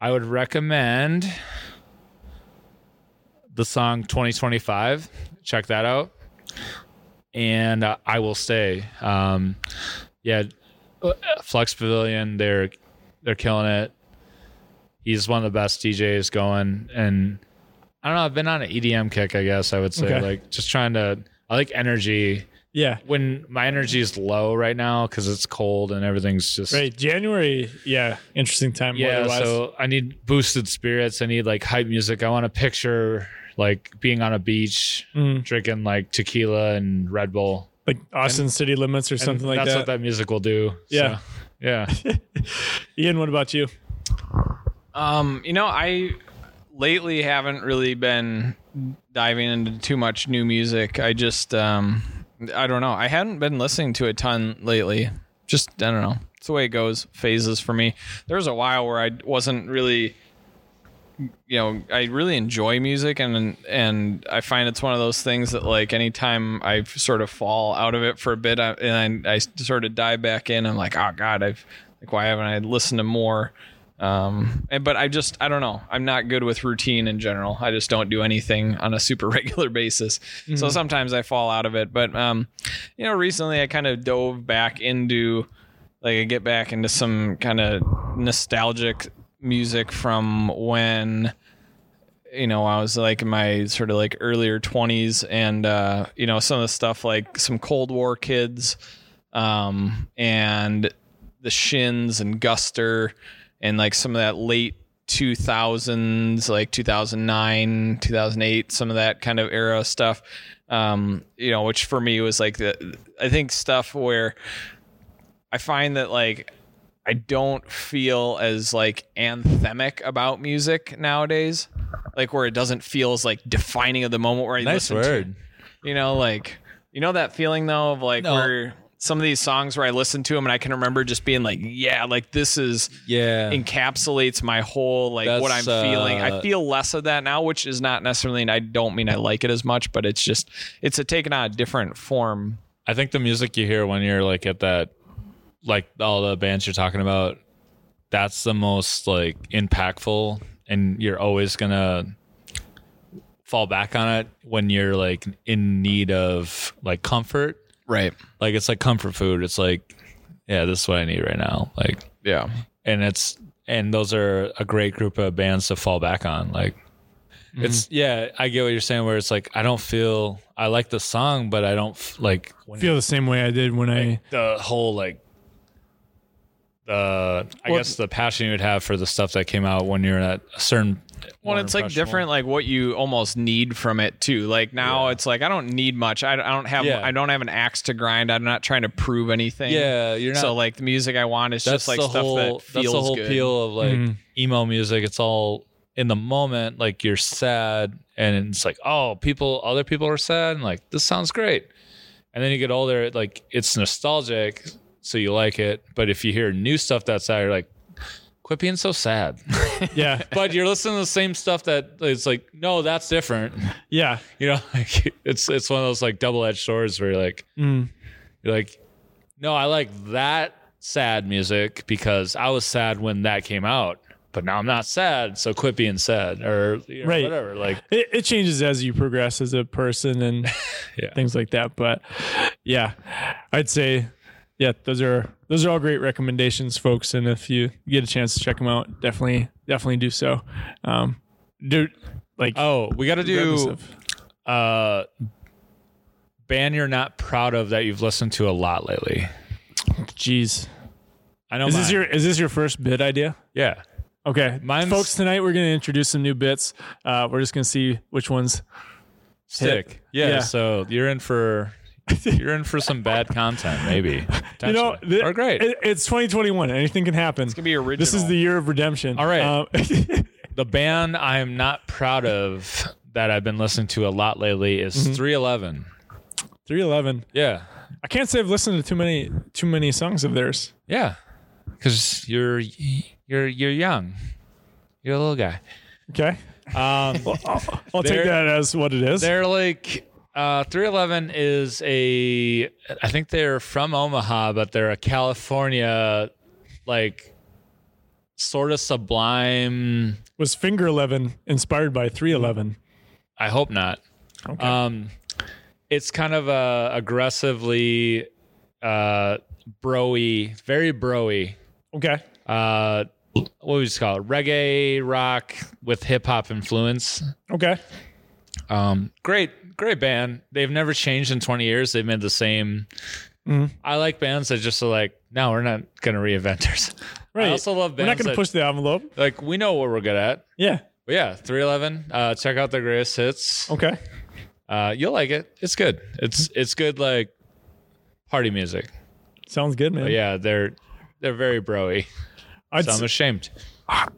Speaker 3: I would recommend the song 2025. Check that out. And uh, I will stay. Um, yeah, uh, Flux Pavilion, they're they're killing it. He's one of the best DJs going, and I don't know. I've been on an EDM kick, I guess I would say.
Speaker 4: Okay.
Speaker 3: Like just trying to. I like energy
Speaker 4: Yeah.
Speaker 3: when my energy is low right now because it's cold and everything's just
Speaker 4: Right. January. Yeah. Interesting time.
Speaker 3: yeah
Speaker 4: weather-wise.
Speaker 3: so i need boosted spirits i need like hype music i want to picture like being on a beach
Speaker 4: Mm.
Speaker 3: drinking like tequila and red bull
Speaker 4: like Austin city limits or
Speaker 3: And
Speaker 4: something like
Speaker 3: that's
Speaker 4: that.
Speaker 3: what that music will do
Speaker 4: Yeah.
Speaker 3: So, yeah
Speaker 4: Ian, what about you?
Speaker 2: Um, you know, I lately haven't really been diving into too much new music. I just um I don't know. I hadn't been listening to a ton lately. Just I don't know. It's the way it goes, phases for me. There was a while where I wasn't really you know, I really enjoy music and and I find it's one of those things that like anytime I sort of fall out of it for a bit I, and I, I sort of dive back in, I'm like, oh god, I've like why haven't I listened to more? Um, and, but I just I don't know. I'm not good with routine in general. I just don't do anything on a super regular basis. So sometimes I fall out of it. But um, you know, recently I kind of dove back into like I get back into some kind of nostalgic music from when you know I was like in my sort of like earlier 20s and uh you know some of the stuff like some Cold War kids um and the Shins and Guster and like some of that late 2000s like 2009 2008 some of that kind of era stuff um you know which for me was like the I think stuff where I find that like I don't feel as like anthemic about music nowadays, like where it doesn't feel as like defining of the moment where I listen to, you know, like you know that feeling though of like
Speaker 3: No.
Speaker 2: where some of these songs where I listen to them and I can remember just being like, yeah, like this is
Speaker 3: yeah
Speaker 2: encapsulates my whole like what I'm
Speaker 3: That's, uh,
Speaker 2: feeling. I feel less of that now, which is not necessarily. And I don't mean I like it as much, but it's just it's a taken on a different form.
Speaker 3: i think the music you hear when you're like at that like all the bands you're talking about that's the most like impactful and you're always gonna fall back on it when you're like in need of like comfort.
Speaker 2: Right.
Speaker 3: Like it's like comfort food. It's like, yeah, this is what I need right now. Like,
Speaker 2: Yeah.
Speaker 3: and it's and those are a great group of bands to fall back on like it's yeah i get what you're saying where it's like i don't feel i like the song but i don't f- like when
Speaker 4: feel the same way I did when I.
Speaker 3: the whole like the i
Speaker 2: Well-
Speaker 3: guess the passion you would have for the stuff that came out when you're at a certain
Speaker 2: Well,
Speaker 3: more
Speaker 2: it's like
Speaker 3: impressionable-
Speaker 2: different, like what you almost need from it too. Like now, it's like I don't need much. I, I don't have.
Speaker 3: Yeah.
Speaker 2: I don't have an axe to grind. I'm not trying to prove anything.
Speaker 3: yeah you're not
Speaker 2: so like the music I want is just like stuff that feels
Speaker 3: that's the whole
Speaker 2: good.
Speaker 3: appeal of like emo music. It's all in the moment. Like you're sad, and it's like oh, people, other people are sad, and like this sounds great. And then you get older, it, like it's nostalgic, so you like it. But if you hear new stuff that's sad, you're like, quit being so sad.
Speaker 4: Yeah,
Speaker 3: but you're listening to the same stuff that it's like, no, that's different.
Speaker 4: yeah,
Speaker 3: You know, like it's it's one of those like double edged swords where you're like, you're like, no, I like that sad music because I was sad when that came out, but now I'm not sad, so quit being sad or you know,
Speaker 4: Right.
Speaker 3: whatever. Like,
Speaker 4: it, it changes as you progress as a person and
Speaker 3: Yeah.
Speaker 4: things like that. But yeah, I'd say yeah, those are those are all great recommendations, folks. And if you get a chance to check them out, definitely definitely do so. Um, dude, like
Speaker 3: oh, we got to
Speaker 4: regardless
Speaker 3: do
Speaker 4: of-
Speaker 3: uh, band you're not proud of that you've listened to a lot lately.
Speaker 4: Jeez,
Speaker 3: I know.
Speaker 4: is
Speaker 3: mine.
Speaker 4: this your is this your first bid idea?
Speaker 3: yeah?
Speaker 4: Okay,
Speaker 3: Mine's-
Speaker 4: folks. Tonight we're gonna introduce some new bits. Uh, we're just gonna see which ones.
Speaker 3: Sick. Yeah,
Speaker 4: Yeah.
Speaker 3: So you're in for you're in for some bad content, maybe.
Speaker 4: You know,
Speaker 3: potentially.
Speaker 4: th-
Speaker 3: or great.
Speaker 4: it- it's 2021. Anything can happen. It's
Speaker 2: gonna be original.
Speaker 4: This is the year of redemption.
Speaker 3: All right.
Speaker 4: Um,
Speaker 3: the band I'm not proud of that I've been listening to a lot lately is
Speaker 4: Mm-hmm.
Speaker 3: 311.
Speaker 4: 311.
Speaker 3: Yeah.
Speaker 4: I can't say I've listened to too many too many songs of theirs.
Speaker 3: Yeah, because you're you're you're young. You're a little guy.
Speaker 4: Okay.
Speaker 3: Um,
Speaker 4: I'll take
Speaker 3: They're-
Speaker 4: that as what it is.
Speaker 3: they're like uh, 311 is a. I think they're from Omaha, but they're a California, like, sort of sublime.
Speaker 4: Was Finger Eleven inspired by 311?
Speaker 3: I hope not.
Speaker 4: Okay.
Speaker 3: Um, it's kind of a aggressively, uh, broy, very broy.
Speaker 4: Okay.
Speaker 3: uh what would you just call it reggae rock with hip hop influence
Speaker 4: Okay.
Speaker 3: um great great band they've never changed in 20 years they've made the same
Speaker 4: Mm-hmm.
Speaker 3: i like bands that just are like no we're not gonna reinvent ourselves
Speaker 4: Right.
Speaker 3: i also love
Speaker 4: We're
Speaker 3: bands
Speaker 4: not going to
Speaker 3: that,
Speaker 4: push the envelope.
Speaker 3: like we know what we're good at
Speaker 4: Yeah.
Speaker 3: but yeah 311 uh check out their greatest hits
Speaker 4: Okay.
Speaker 3: uh you'll like it it's good it's it's good like party music
Speaker 4: Sounds good, man.
Speaker 3: but Oh, yeah they're they're very broy
Speaker 4: I'd,
Speaker 3: so i'm ashamed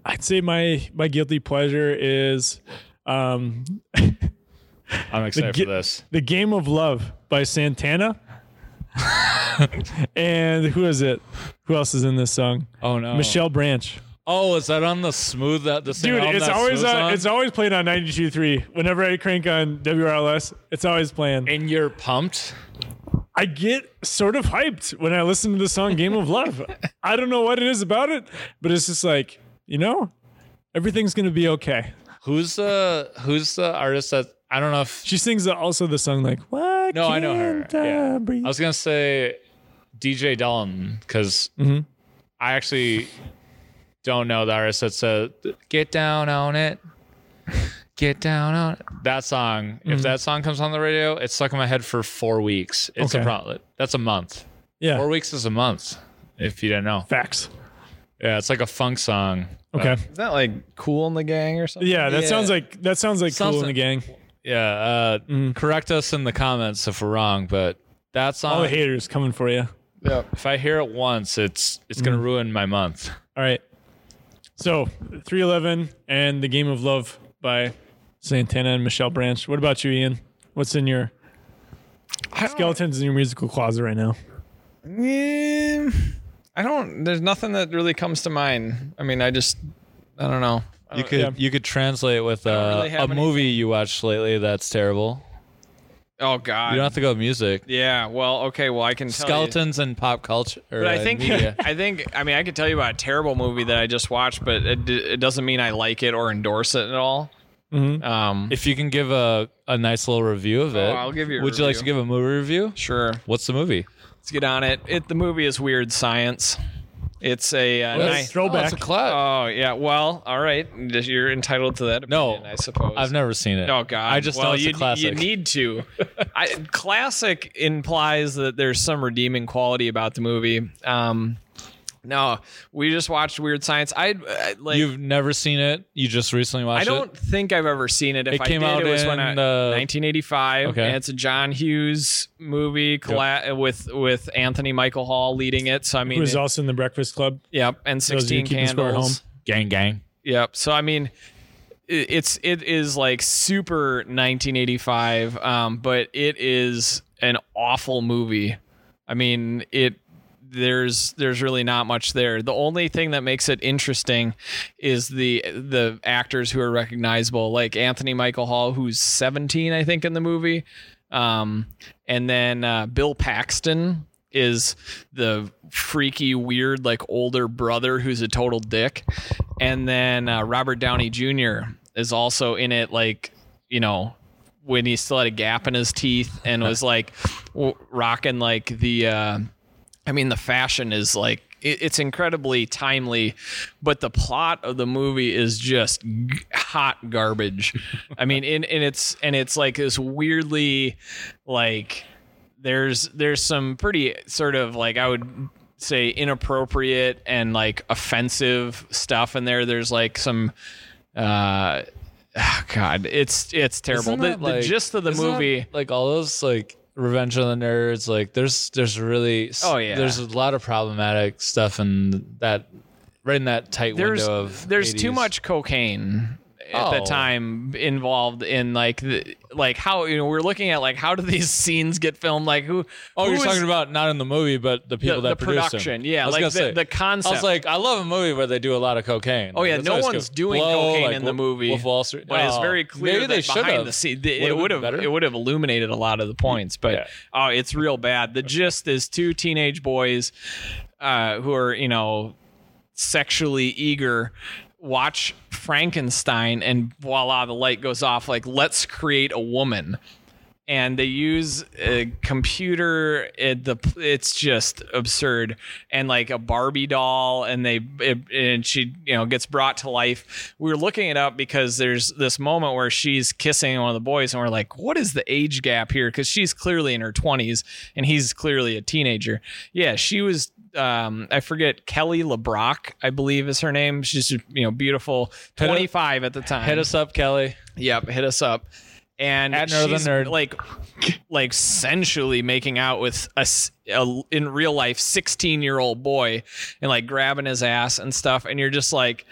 Speaker 4: I'd say my my guilty pleasure is um,
Speaker 3: i'm excited
Speaker 4: gi-
Speaker 3: for this
Speaker 4: The Game of Love by Santana. and who is it? Who else is in this song?
Speaker 3: oh no
Speaker 4: Michelle Branch.
Speaker 3: Oh, is that on the smooth that the same
Speaker 4: Dude,
Speaker 3: album
Speaker 4: it's
Speaker 3: that
Speaker 4: always
Speaker 3: Smooth's
Speaker 4: on,
Speaker 3: on?
Speaker 4: it's always played on 92.3. Whenever I crank on WRLS, it's always playing.
Speaker 3: and you're pumped.
Speaker 4: I get sort of hyped when I listen to the song Game of Love. I don't know what it is about it, but it's just like, you know, everything's going to be okay.
Speaker 3: Who's the who's the artist that I don't know if
Speaker 4: She sings the, also the song like, "Why
Speaker 3: No, I know her.
Speaker 4: can't
Speaker 3: Yeah.
Speaker 4: I breathe?"
Speaker 3: I was gonna say DJ Dalton because
Speaker 4: Mm-hmm.
Speaker 3: I actually don't know the artist that said "Get Down on It." Get down on it. that song.
Speaker 4: Mm-hmm.
Speaker 3: If that song comes on the radio, it's stuck in my head for four weeks. It's a
Speaker 4: Okay.
Speaker 3: problem. That's a month.
Speaker 4: yeah.
Speaker 3: Four weeks is a month. If you didn't know,
Speaker 4: Facts.
Speaker 3: yeah, it's like a funk song. Uh,
Speaker 4: Okay.
Speaker 2: Is that like cool in the gang or something?
Speaker 4: yeah, that sounds like that sounds like cool in the
Speaker 3: Something.
Speaker 4: gang.
Speaker 3: Yeah, uh,
Speaker 4: Mm-hmm.
Speaker 3: correct us in the comments if we're wrong, but that
Speaker 4: All
Speaker 3: song,
Speaker 4: the haters coming for you.
Speaker 2: Yeah.
Speaker 3: if I hear it once, it's it's gonna
Speaker 4: Mm-hmm.
Speaker 3: ruin my month.
Speaker 4: All right. So, 311 and The Game of Love by Santana and Michelle Branch. What about you, Ian? What's in your skeletons in your musical closet right now?
Speaker 2: Yeah, I don't. There's nothing that really comes to mind. I mean, I just, I don't know. I
Speaker 3: You
Speaker 2: don't-
Speaker 3: could
Speaker 4: yeah.
Speaker 3: you could translate with uh,
Speaker 2: really
Speaker 3: a
Speaker 2: have
Speaker 3: movie you watched lately that's terrible.
Speaker 2: Oh God.
Speaker 3: You don't have to go with music.
Speaker 2: yeah. Well. Okay. Well, I can. Tell you.
Speaker 3: Skeletons and pop culture. uh,
Speaker 2: But I think
Speaker 3: media.
Speaker 2: I think I mean I could tell you about a terrible movie that I just watched, but it, d- it doesn't mean I like it or endorse it at all.
Speaker 4: Mhm.
Speaker 2: Um,
Speaker 3: If you can give a, a nice little review of it,
Speaker 2: Oh, I'll give you a
Speaker 3: would you like to
Speaker 2: review.
Speaker 3: give a movie review?
Speaker 2: sure,
Speaker 3: What's the movie?
Speaker 2: let's get on it. It the movie is Weird Science. It's a uh,
Speaker 3: That's-
Speaker 2: ni-
Speaker 3: Oh, it's
Speaker 4: throwback.
Speaker 3: a cla-
Speaker 2: Oh yeah, well, all right. You're entitled to that
Speaker 3: No,
Speaker 2: opinion, I suppose.
Speaker 3: I've never seen it.
Speaker 2: Oh God!
Speaker 3: I just
Speaker 2: well,
Speaker 3: know it's
Speaker 2: you,
Speaker 3: a classic.
Speaker 2: You need to. I, classic implies that there's some redeeming quality about the movie. Um, no, we just watched Weird Science. I, I like.
Speaker 3: You've never seen it. You just recently watched
Speaker 2: I don't think I've ever seen it. If
Speaker 3: It
Speaker 2: I
Speaker 3: came
Speaker 2: did,
Speaker 3: out
Speaker 2: it was when
Speaker 3: in,
Speaker 2: I,
Speaker 3: uh,
Speaker 2: 1985.
Speaker 3: Okay.
Speaker 2: And it's a John Hughes movie colla- with with Anthony Michael Hall leading it. So I mean,
Speaker 4: Who was
Speaker 2: it-
Speaker 4: also in the Breakfast Club?
Speaker 2: yep, and
Speaker 4: of you
Speaker 2: 16
Speaker 4: keeping score at
Speaker 2: candles.
Speaker 4: home.
Speaker 3: it. Gang, gang.
Speaker 2: Yep. So I mean, i- it's it is like super 1985, um, but it is an awful movie. I mean, it there's there's really not much there. The only thing that makes it interesting is the the actors who are recognizable, like Anthony Michael Hall, who's 17, I think, in the movie, um, and then uh, Bill Paxton is the freaky, weird, like older brother who's a total dick, and then uh, Robert Downey Jr. is also in it, like you know. When he still had a gap in his teeth and was like w- rocking like the uh, I mean, the fashion is like it, it's incredibly timely, but the plot of the movie is just g- hot garbage. I mean, and, and it's and it's like this weirdly like there's there's some pretty sort of like I would say inappropriate and like offensive stuff in there. There's like some uh ah, God, it's it's terrible. The, the gist of the movie
Speaker 3: like all those, like Revenge of the Nerds. Like there's, there's really, s-
Speaker 2: Oh, yeah.
Speaker 3: there's a lot of problematic stuff in that, right in that tight
Speaker 2: there's
Speaker 3: window of.
Speaker 2: there's too
Speaker 3: 80s.
Speaker 2: much cocaine at the
Speaker 3: Oh.
Speaker 2: time involved in like the, like how you know we're looking at like how do these scenes get filmed like who
Speaker 3: Oh,
Speaker 2: who
Speaker 3: you're
Speaker 2: is-
Speaker 3: talking about not in the movie, but the people
Speaker 2: The-
Speaker 3: that
Speaker 2: the
Speaker 3: produced them.
Speaker 2: production, yeah,
Speaker 3: I was
Speaker 2: like
Speaker 3: gonna
Speaker 2: the-
Speaker 3: say,
Speaker 2: the
Speaker 3: I
Speaker 2: concept.
Speaker 3: was like, I love a movie where they do a lot of cocaine.
Speaker 2: Oh, yeah, no one's doing cocaine in the movie,
Speaker 3: Wolf of Wall Street,
Speaker 2: but it's
Speaker 3: Oh,
Speaker 2: very clear
Speaker 3: Maybe
Speaker 2: that
Speaker 3: they
Speaker 2: behind
Speaker 3: should've.
Speaker 2: the scene th- it
Speaker 3: Would've
Speaker 2: would
Speaker 3: been
Speaker 2: have
Speaker 3: better.
Speaker 2: it would have illuminated a lot of the points. But
Speaker 3: Yeah.
Speaker 2: oh, it's real bad. The gist is two teenage boys uh, who are you know sexually eager watch Frankenstein and voila the light goes off like let's create a woman and they use a computer it, the it's just absurd and like a Barbie doll and they it, and she you know gets brought to life we were looking it up because there's this moment where she's kissing one of the boys and we're like what is the age gap here cuz she's clearly in her 20s and he's clearly a teenager yeah she was um, I forget Kelly LeBrock, I believe is her name. She's you know beautiful,
Speaker 3: up-
Speaker 2: twenty five at the time.
Speaker 3: Hit us up, Kelly.
Speaker 2: Yep, hit us up. And
Speaker 3: At Nerd of the
Speaker 2: she's,
Speaker 3: Nerd.
Speaker 2: like, like sensually making out with a, s- a- in real life sixteen year old boy, and like grabbing his ass and stuff. And you're just like,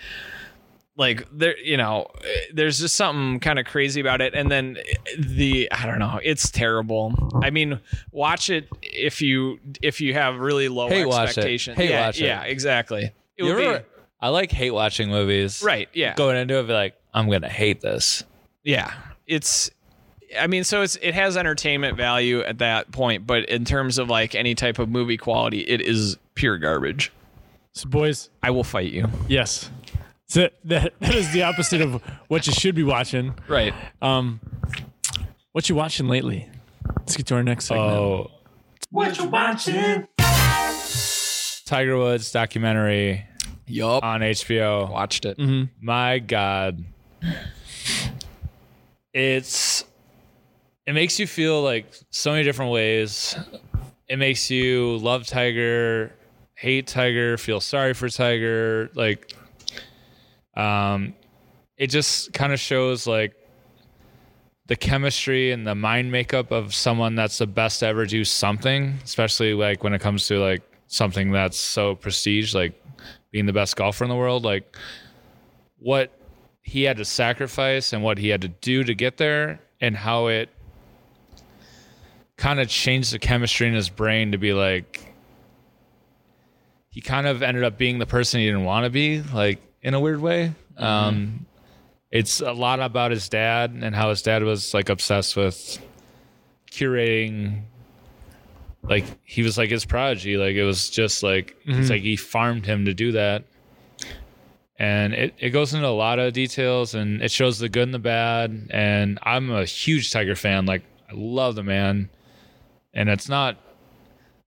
Speaker 2: like there, you know, eh, there's just something kind of crazy about it. And then eh, the I don't know, it's terrible. I mean, watch it if you if you have really low
Speaker 3: Hey, watch it.
Speaker 2: expectations.
Speaker 3: Hey,
Speaker 2: yeah,
Speaker 3: watch it.
Speaker 2: yeah, exactly. It would
Speaker 3: You ever-
Speaker 2: be
Speaker 3: I like hate watching movies.
Speaker 2: right. Yeah,
Speaker 3: Going into it, be like, I'm gonna hate this.
Speaker 2: yeah it's i mean so it's it has entertainment value at that point but in terms of like any type of movie quality it is pure garbage
Speaker 4: So boys,
Speaker 2: i will fight you
Speaker 4: yes. So that, that is the opposite of what you should be watching.
Speaker 2: right
Speaker 4: Um, what you watching lately? Let's get to our next segment.
Speaker 3: Oh,
Speaker 1: What you watching?
Speaker 3: Tiger Woods documentary
Speaker 2: yup
Speaker 3: on HBO.
Speaker 2: watched it
Speaker 3: My God. It's it makes you feel like so many different ways. It makes you love Tiger, hate Tiger, feel sorry for Tiger, like um it just kind of shows like the chemistry and the mind makeup of someone that's the best to ever do something, especially like when it comes to like something that's so prestige, like being the best golfer in the world, like what he had to sacrifice and what he had to do to get there and how it kind of changed the chemistry in his brain to be like he kind of ended up being the person he didn't want to be like in a weird way um it's a lot about his dad and how his dad was like obsessed with curating like he was like his prodigy like it was just like it's like he farmed him to do that and it, it goes into a lot of details and it shows the good and the bad and i'm a huge tiger fan like i love the man and it's not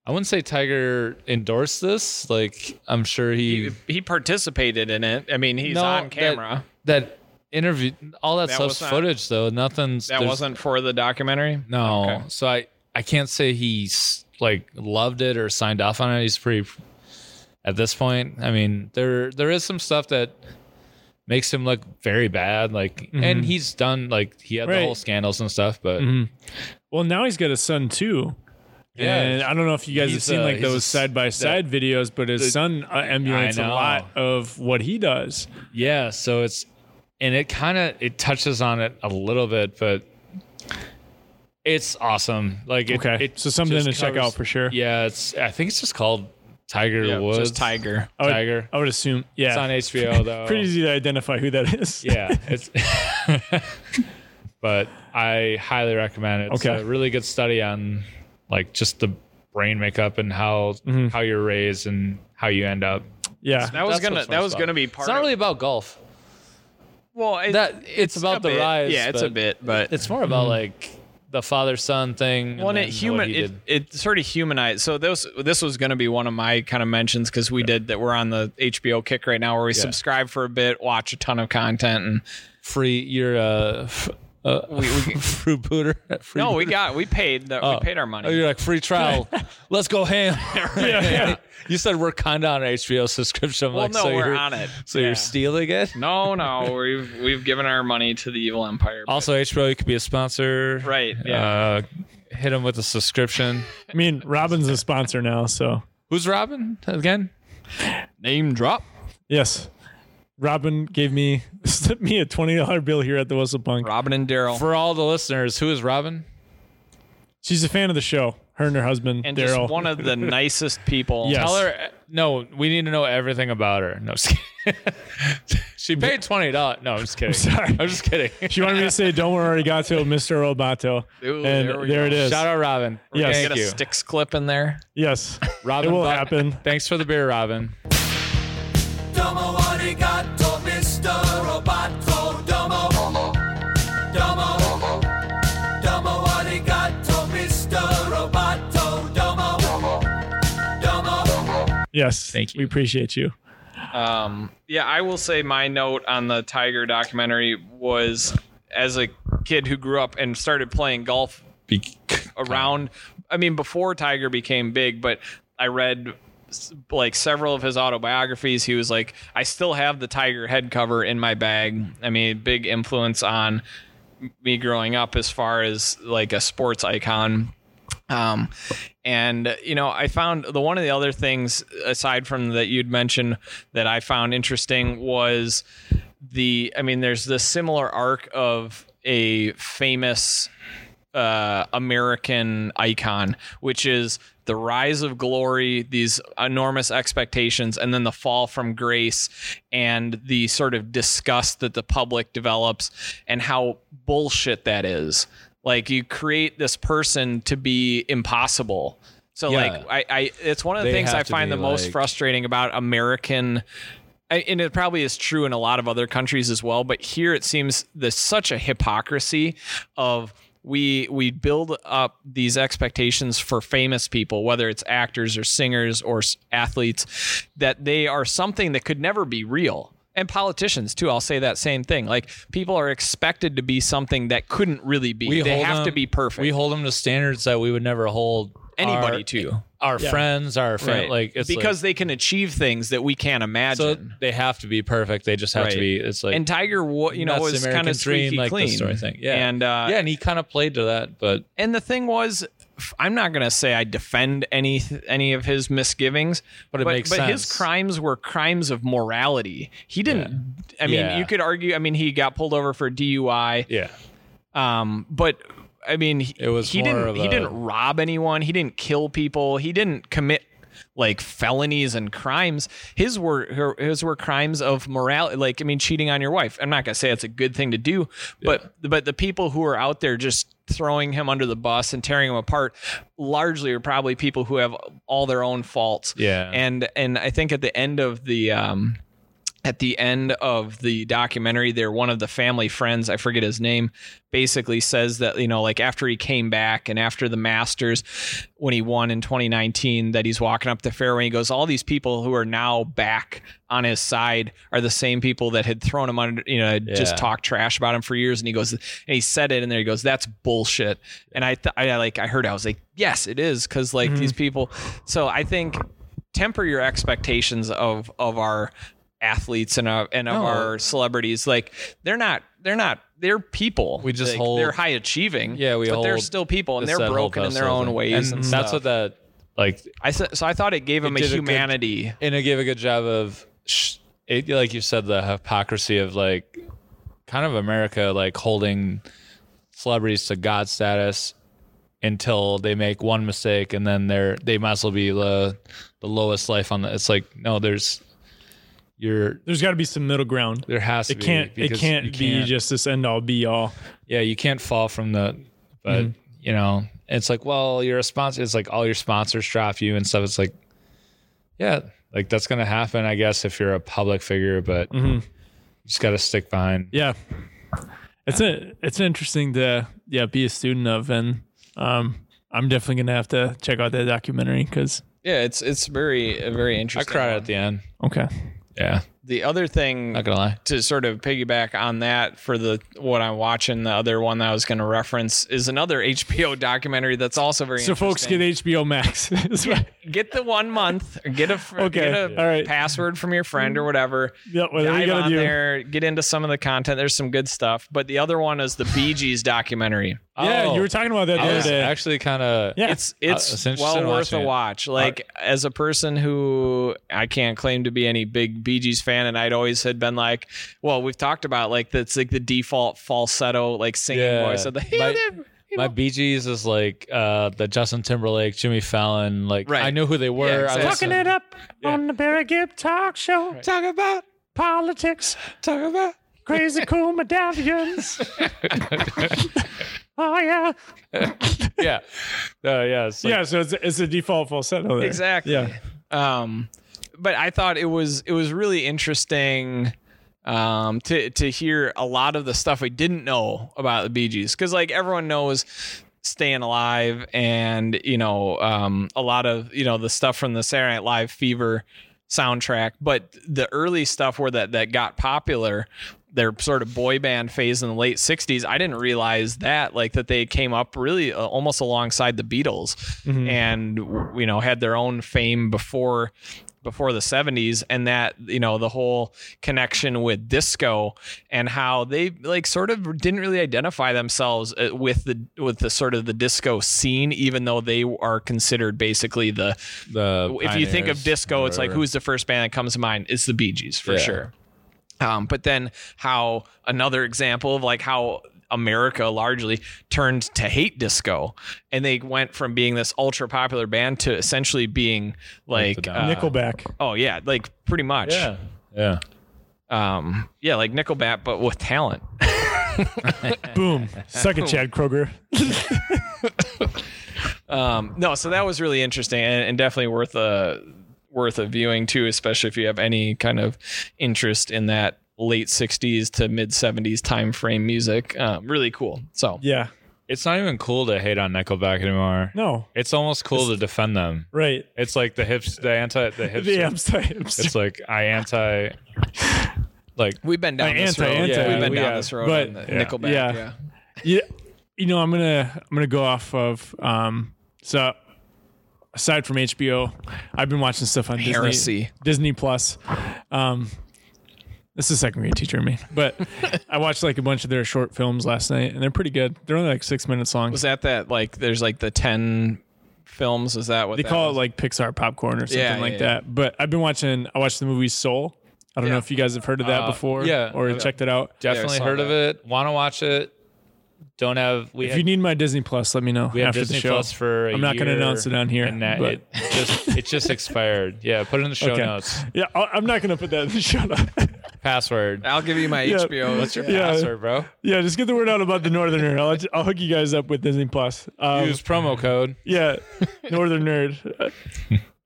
Speaker 3: i wouldn't say tiger endorsed this like i'm sure he,
Speaker 2: He, he participated in it. I mean, he's
Speaker 3: No,
Speaker 2: on
Speaker 3: that-
Speaker 2: camera.
Speaker 3: that interview all that,
Speaker 2: That was
Speaker 3: stuff's
Speaker 2: not-
Speaker 3: footage though nothing's
Speaker 2: That,
Speaker 3: there's-
Speaker 2: wasn't for the documentary.
Speaker 3: no
Speaker 2: Okay.
Speaker 3: so i i can't say he's like loved it or signed off on it he's pretty at this point i mean there there is some stuff that makes him look very bad like
Speaker 2: Mm-hmm.
Speaker 3: and he's done like he had the
Speaker 4: Right.
Speaker 3: whole scandals and stuff but
Speaker 4: Well, now he's got a son too.
Speaker 3: Yeah.
Speaker 4: And I don't know if you guys have
Speaker 3: He's
Speaker 4: seen
Speaker 3: a-
Speaker 4: like
Speaker 3: he's a
Speaker 4: those
Speaker 3: s-
Speaker 4: side by side videos, but his son uh, emulates a
Speaker 3: know.
Speaker 4: lot of what he does.
Speaker 3: yeah so it's and it kind of it touches on it a little bit but it's awesome like it,
Speaker 4: Okay.
Speaker 3: it
Speaker 4: So something
Speaker 3: just
Speaker 4: to check
Speaker 3: covers-
Speaker 4: out for sure.
Speaker 3: yeah it's i think it's just called tiger
Speaker 2: Yeah,
Speaker 3: woods
Speaker 2: just Tiger.
Speaker 4: I would,
Speaker 3: Tiger.
Speaker 4: I would assume. Oh, Yeah.
Speaker 3: it's on hbo though
Speaker 4: Pretty easy to identify who that is.
Speaker 3: yeah it's but i highly recommend it it's
Speaker 4: Okay.
Speaker 3: a really good study on like just the brain makeup and how
Speaker 4: Mm-hmm.
Speaker 3: how you're raised and how you end up
Speaker 4: Yeah.
Speaker 2: That was
Speaker 3: That's
Speaker 2: gonna.
Speaker 3: what's
Speaker 2: That was
Speaker 3: about.
Speaker 2: gonna be part.
Speaker 3: it's not
Speaker 2: of,
Speaker 3: really about golf
Speaker 2: Well, it-
Speaker 3: that it's, about
Speaker 2: a
Speaker 3: the
Speaker 2: bit.
Speaker 3: rise
Speaker 2: Yeah, it's a
Speaker 3: but
Speaker 2: bit, but
Speaker 3: it's more about like the father son thing
Speaker 2: Well, and it
Speaker 3: then
Speaker 2: human
Speaker 3: what he
Speaker 2: it,
Speaker 3: did.
Speaker 2: it sort of humanized. So this this was going to be one of my kind of mentions because we did that. We're on the HBO kick right now, where we subscribe for a bit, watch a ton of content, and
Speaker 3: free you're a f- uh, we, free booter free
Speaker 2: no, we got we paid that we paid our
Speaker 3: Oh,
Speaker 2: money.
Speaker 3: you're like free trial. Let's go ham. You said we're kind of on an HBO subscription. I'm
Speaker 2: Well,
Speaker 3: like,
Speaker 2: no,
Speaker 3: so
Speaker 2: we're
Speaker 3: you're-
Speaker 2: on it.
Speaker 3: So
Speaker 2: Yeah.
Speaker 3: you're stealing it.
Speaker 2: No, no, we've we've given our money to the evil empire. but-
Speaker 3: Also, HBO you could be a sponsor.
Speaker 2: Right, yeah.
Speaker 3: Uh, hit them with a subscription.
Speaker 4: I mean, Robin's a sponsor now, so
Speaker 3: Who's Robin again?
Speaker 2: name drop.
Speaker 4: yes. Robin gave me slipped me a twenty dollar bill here at the Whistle Punk.
Speaker 2: Robin and Daryl.
Speaker 3: For all the listeners, who is Robin?
Speaker 4: She's a fan of the show. Her and her husband
Speaker 2: and
Speaker 4: Daryl.
Speaker 2: just one of the nicest people.
Speaker 4: Yes.
Speaker 3: Tell her. No, we need to know everything about her. No, just kidding. she paid twenty dollars. No, I'm just kidding. I'm
Speaker 4: sorry.
Speaker 3: I'm just kidding.
Speaker 4: she wanted me to say "Don't worry, Gato, Mr. Robato,"
Speaker 2: Ooh,
Speaker 4: and
Speaker 2: there
Speaker 4: there,
Speaker 2: we
Speaker 4: it
Speaker 2: go.
Speaker 4: is.
Speaker 3: Shout out Robin.
Speaker 4: Yes.
Speaker 2: Get
Speaker 3: Thank
Speaker 2: a
Speaker 3: you.
Speaker 2: sticks clip in there.
Speaker 4: Yes,
Speaker 3: Robin
Speaker 4: it will
Speaker 3: Buck-
Speaker 4: happen.
Speaker 3: Thanks for the beer, Robin.
Speaker 5: Domo arigato, Mr. Roboto. Domo. Domo. Domo arigato, Mr. Roboto. Domo. Domo.
Speaker 4: Yes,
Speaker 3: Thank you.
Speaker 4: We appreciate you.
Speaker 2: Um, yeah, I will say my note on the Tiger documentary was as a kid who grew up and started playing golf around, I mean, before Tiger became big, but I read s- like several of his autobiographies. He was like, I still have the Tiger head cover in my bag. I mean, big influence on me growing up as far as like a sports icon. Um, and you know, I found the one of the other things aside from that you'd mentioned that I found interesting was the. I mean, there's this similar arc of a famous uh, American icon, which is the rise of glory, these enormous expectations, and then the fall from grace, and the sort of disgust that the public develops, and how bullshit that is. Like you create this person to be impossible. So
Speaker 3: Yeah.
Speaker 2: like I, I, it's one of the
Speaker 3: They
Speaker 2: things
Speaker 3: have
Speaker 2: I
Speaker 3: to
Speaker 2: find
Speaker 3: be
Speaker 2: the most
Speaker 3: like-
Speaker 2: frustrating about American I- and it probably is true in a lot of other countries as well but here it seems there's such a hypocrisy of we we build up these expectations for famous people whether it's actors or singers or s- athletes that they are something that could never be real and politicians too i'll say that same thing like people are expected to be something that couldn't really be they
Speaker 3: hold
Speaker 2: have to
Speaker 3: them-
Speaker 2: be perfect
Speaker 3: We hold them to standards that we would never hold
Speaker 2: Anybody
Speaker 3: our,
Speaker 2: to.
Speaker 3: our friends, our fam-
Speaker 2: right
Speaker 3: like it's
Speaker 2: because they can achieve things that we can't
Speaker 3: like,
Speaker 2: imagine
Speaker 3: so they have to be perfect. They just have
Speaker 2: Right.
Speaker 3: to be. It's like
Speaker 2: and Tiger, wa- you know,
Speaker 3: that's the
Speaker 2: was
Speaker 3: American
Speaker 2: kind of
Speaker 3: dream,
Speaker 2: squeaky
Speaker 3: like
Speaker 2: clean
Speaker 3: the story thing. Yeah,
Speaker 2: and uh,
Speaker 3: yeah, and he kind of played to that, but
Speaker 2: and the thing was, f- I'm not gonna say I defend any any of his misgivings,
Speaker 3: But it
Speaker 2: but,
Speaker 3: makes
Speaker 2: but his
Speaker 3: sense.
Speaker 2: crimes were crimes of morality. He didn't. I mean,
Speaker 3: Yeah.
Speaker 2: you could argue. I mean, he got pulled over for DUI.
Speaker 3: yeah,
Speaker 2: Um, but I mean, he,
Speaker 3: It was
Speaker 2: he
Speaker 3: more
Speaker 2: didn't
Speaker 3: of
Speaker 2: he
Speaker 3: a-
Speaker 2: didn't rob anyone. He didn't kill people. He didn't commit like felonies and crimes. His were her- his were crimes of morality. Like I mean, cheating on your wife. I'm not gonna say it's a good thing to do, but but the people who are out there just throwing him under the bus and tearing him apart largely are probably people who have all their own faults
Speaker 3: Yeah.
Speaker 2: and and i think at the end of the um at the end of the documentary there one of the family friends i forget his name basically says that you know like after he came back and after the masters when he won in 2019 that he's walking up the fairway he goes all these people who are now back on his side are the same people that had thrown him under you know had just
Speaker 3: Yeah.
Speaker 2: talked trash about him for years and he goes and he said it and there he goes that's bullshit and i th- i like i heard it, i was like yes it is cuz
Speaker 3: Mm-hmm.
Speaker 2: like these people so i think temper your expectations of of our athletes and of, and of
Speaker 3: No.
Speaker 2: our celebrities like they're not they're not they're people
Speaker 3: We just
Speaker 2: Like,
Speaker 3: hold-
Speaker 2: they're high achieving
Speaker 3: Yeah, we
Speaker 2: but they're
Speaker 3: hold
Speaker 2: still people and
Speaker 3: Just
Speaker 2: they're
Speaker 3: that whole
Speaker 2: broken in their
Speaker 3: festival
Speaker 2: own
Speaker 3: thing.
Speaker 2: ways and,
Speaker 3: that's
Speaker 2: stuff.
Speaker 3: what that like
Speaker 2: i th- so i thought it gave him a
Speaker 3: did a good-
Speaker 2: humanity
Speaker 3: and it gave a good job of sh- it, like you said the hypocrisy of like kind of america like holding celebrities to god status until they make one mistake and then they're they might as well be the the lowest life on the it's like no there's you're
Speaker 4: There's got to be some middle ground.
Speaker 3: there has to
Speaker 4: It can't.
Speaker 3: be
Speaker 4: It
Speaker 3: because
Speaker 4: can't
Speaker 3: you
Speaker 4: be just this end all be all.
Speaker 3: yeah you can't fall from the but
Speaker 2: Mm-hmm.
Speaker 3: you know it's like well you're a sponsor it's like all your sponsors drop you and stuff it's like yeah like that's gonna happen i guess if you're a public figure but
Speaker 2: Mm-hmm.
Speaker 3: you just gotta stick behind
Speaker 4: Yeah, it's a it's interesting to yeah be a student of, and um, I'm definitely gonna have to check out that documentary because
Speaker 2: yeah it's it's very a very
Speaker 3: i
Speaker 2: interesting
Speaker 3: cried
Speaker 2: one.
Speaker 3: at the end
Speaker 4: okay,
Speaker 3: yeah
Speaker 2: the other thing
Speaker 3: not gonna lie
Speaker 2: to sort of piggyback on that for the what I'm watching, the other one that I was going to reference is another HBO documentary that's also very
Speaker 4: so folks
Speaker 2: interesting.
Speaker 4: get HBO Max. That's right.
Speaker 2: get the one month or get a fr-
Speaker 4: Okay,
Speaker 2: get a
Speaker 4: all right.
Speaker 2: password from your friend or whatever.
Speaker 4: Yeah, whatever
Speaker 2: Dive
Speaker 4: you gotta
Speaker 2: on
Speaker 4: do.
Speaker 2: there, get into some of the content. There's some good stuff, but the other one is the Bee Gees documentary.
Speaker 4: Yeah,
Speaker 3: Oh,
Speaker 4: you were talking about that the
Speaker 3: I
Speaker 4: other
Speaker 3: was
Speaker 4: day.
Speaker 3: actually kind of
Speaker 4: yeah,
Speaker 2: It's
Speaker 3: it's
Speaker 2: it's
Speaker 3: interesting
Speaker 2: well worth
Speaker 3: watching
Speaker 2: a
Speaker 3: it.
Speaker 2: watch. Like as a person who I can't claim to be any big Bee Gees fan, and I'd always had been like, well, we've talked about like that's like the default falsetto like singing
Speaker 3: Yeah.
Speaker 2: voice of the
Speaker 3: My- my BGs is like uh the Justin Timberlake, Jimmy Fallon. Like
Speaker 2: Right.
Speaker 3: I knew who they were. I
Speaker 2: exactly.
Speaker 3: listened.
Speaker 4: it up on the Barry Gibb Talk Show.
Speaker 2: talk about
Speaker 4: Politics,
Speaker 2: talk about.
Speaker 4: crazy cool medallions. oh yeah,
Speaker 3: Yeah, uh, yeah, it's like-
Speaker 4: yeah. So it's it's a default falsetto. There.
Speaker 2: Exactly.
Speaker 4: Yeah.
Speaker 2: Um, but I thought it was it was really interesting um, to to hear a lot of the stuff I didn't know about the Bee Gees because like everyone knows staying alive and you know um, a lot of you know the stuff from the Saturday Night Live Fever soundtrack, but the early stuff where that that got popular. Their sort of boy band phase in the late '60s. I didn't realize that, like that they came up really uh, almost alongside the Beatles, and w- you know had their own fame before before the 70s and that you know the whole connection with disco and how they like sort of didn't really identify themselves uh, with the with the sort of the disco scene even though they are considered basically the
Speaker 3: the
Speaker 2: if you think of
Speaker 3: pioneers
Speaker 2: disco
Speaker 3: or
Speaker 2: it's like
Speaker 3: whatever.
Speaker 2: who's the first band that comes to mind it's the Bee Gees for
Speaker 3: Yeah.
Speaker 2: sure um, but then how another example of like how America largely turned to hate disco and they went from being this ultra popular band to essentially being
Speaker 3: Like
Speaker 2: like
Speaker 3: the
Speaker 2: uh,
Speaker 4: Nickelback.
Speaker 2: oh yeah like pretty much
Speaker 3: Yeah, yeah.
Speaker 2: um yeah like Nickelback but with talent
Speaker 4: Boom. Suck it, Chad Kroger.
Speaker 2: um no so that was really interesting and, and definitely worth a worth a viewing too especially if you have any kind of interest in that late 60s to mid 70s time frame music um really cool so
Speaker 4: Yeah.
Speaker 3: It's not even cool to hate on Nickelback anymore.
Speaker 4: No.
Speaker 3: It's almost cool to defend them.
Speaker 4: Right.
Speaker 3: It's like the hips, the anti, the hips.
Speaker 4: The upside. upside.
Speaker 3: It's like I anti, like
Speaker 2: We've been down
Speaker 4: Like
Speaker 2: this
Speaker 4: anti-
Speaker 2: road.
Speaker 4: anti-
Speaker 2: We've been
Speaker 3: we
Speaker 2: down
Speaker 3: have.
Speaker 2: this road.
Speaker 4: But-
Speaker 2: on the
Speaker 4: yeah.
Speaker 2: Nickelback.
Speaker 4: Yeah.
Speaker 2: Yeah.
Speaker 4: Yeah. You know, I'm gonna I'm gonna go off of um so aside from HBO, I've been watching stuff on Disney
Speaker 2: Heresy.
Speaker 4: Disney Plus. Um this is second grade teacher in me. But I watched like a bunch of their short films last night and they're pretty good. They're only like six minutes long.
Speaker 2: Was that that like? There's like the ten films. Is that what
Speaker 4: they
Speaker 2: that
Speaker 4: call
Speaker 2: was?
Speaker 4: it like Pixar popcorn or something
Speaker 2: Yeah, yeah,
Speaker 4: like
Speaker 2: yeah.
Speaker 4: that. But I've been watching I watched the movie Soul. I don't know
Speaker 2: Yeah.
Speaker 4: if you guys have heard of that
Speaker 3: Uh,
Speaker 4: before
Speaker 3: yeah.
Speaker 4: or checked it out.
Speaker 3: definitely
Speaker 2: saw
Speaker 3: heard of
Speaker 2: that.
Speaker 3: it. Want to watch it? Don't have we
Speaker 4: If
Speaker 3: had,
Speaker 4: you need my Disney Plus, let me know
Speaker 3: we had
Speaker 4: after
Speaker 3: Disney
Speaker 4: the show.
Speaker 3: Plus for. i
Speaker 4: I'm not gonna announce it on here,
Speaker 3: And that
Speaker 4: but-
Speaker 3: it just it just expired. Yeah, put it in the show
Speaker 4: Okay.
Speaker 3: notes.
Speaker 4: Yeah, I- I'm not gonna put that in the show. notes.
Speaker 3: Password.
Speaker 2: I'll give you my HBO.
Speaker 3: What's your
Speaker 4: Yeah.
Speaker 3: password, bro?
Speaker 4: yeah, just get the word out about the Northern Nerd. I'll, I'll hook you guys up with Disney Plus. Um,
Speaker 3: Use promo code.
Speaker 4: yeah, Northern Nerd.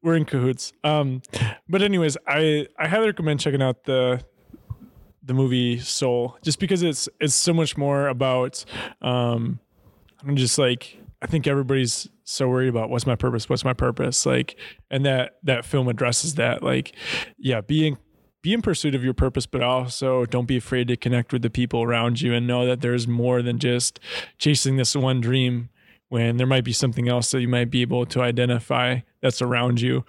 Speaker 4: we're in cahoots. Um, but anyways, I I highly recommend checking out the the movie Soul just because it's it's so much more about um, I'm just like I think everybody's so worried about what's my purpose, what's my purpose, like, and that that film addresses that. Like, yeah, being be in pursuit of your purpose, but also don't be afraid to connect with the people around you and know that there's more than just chasing this one dream when there might be something else that you might be able to identify that's around you.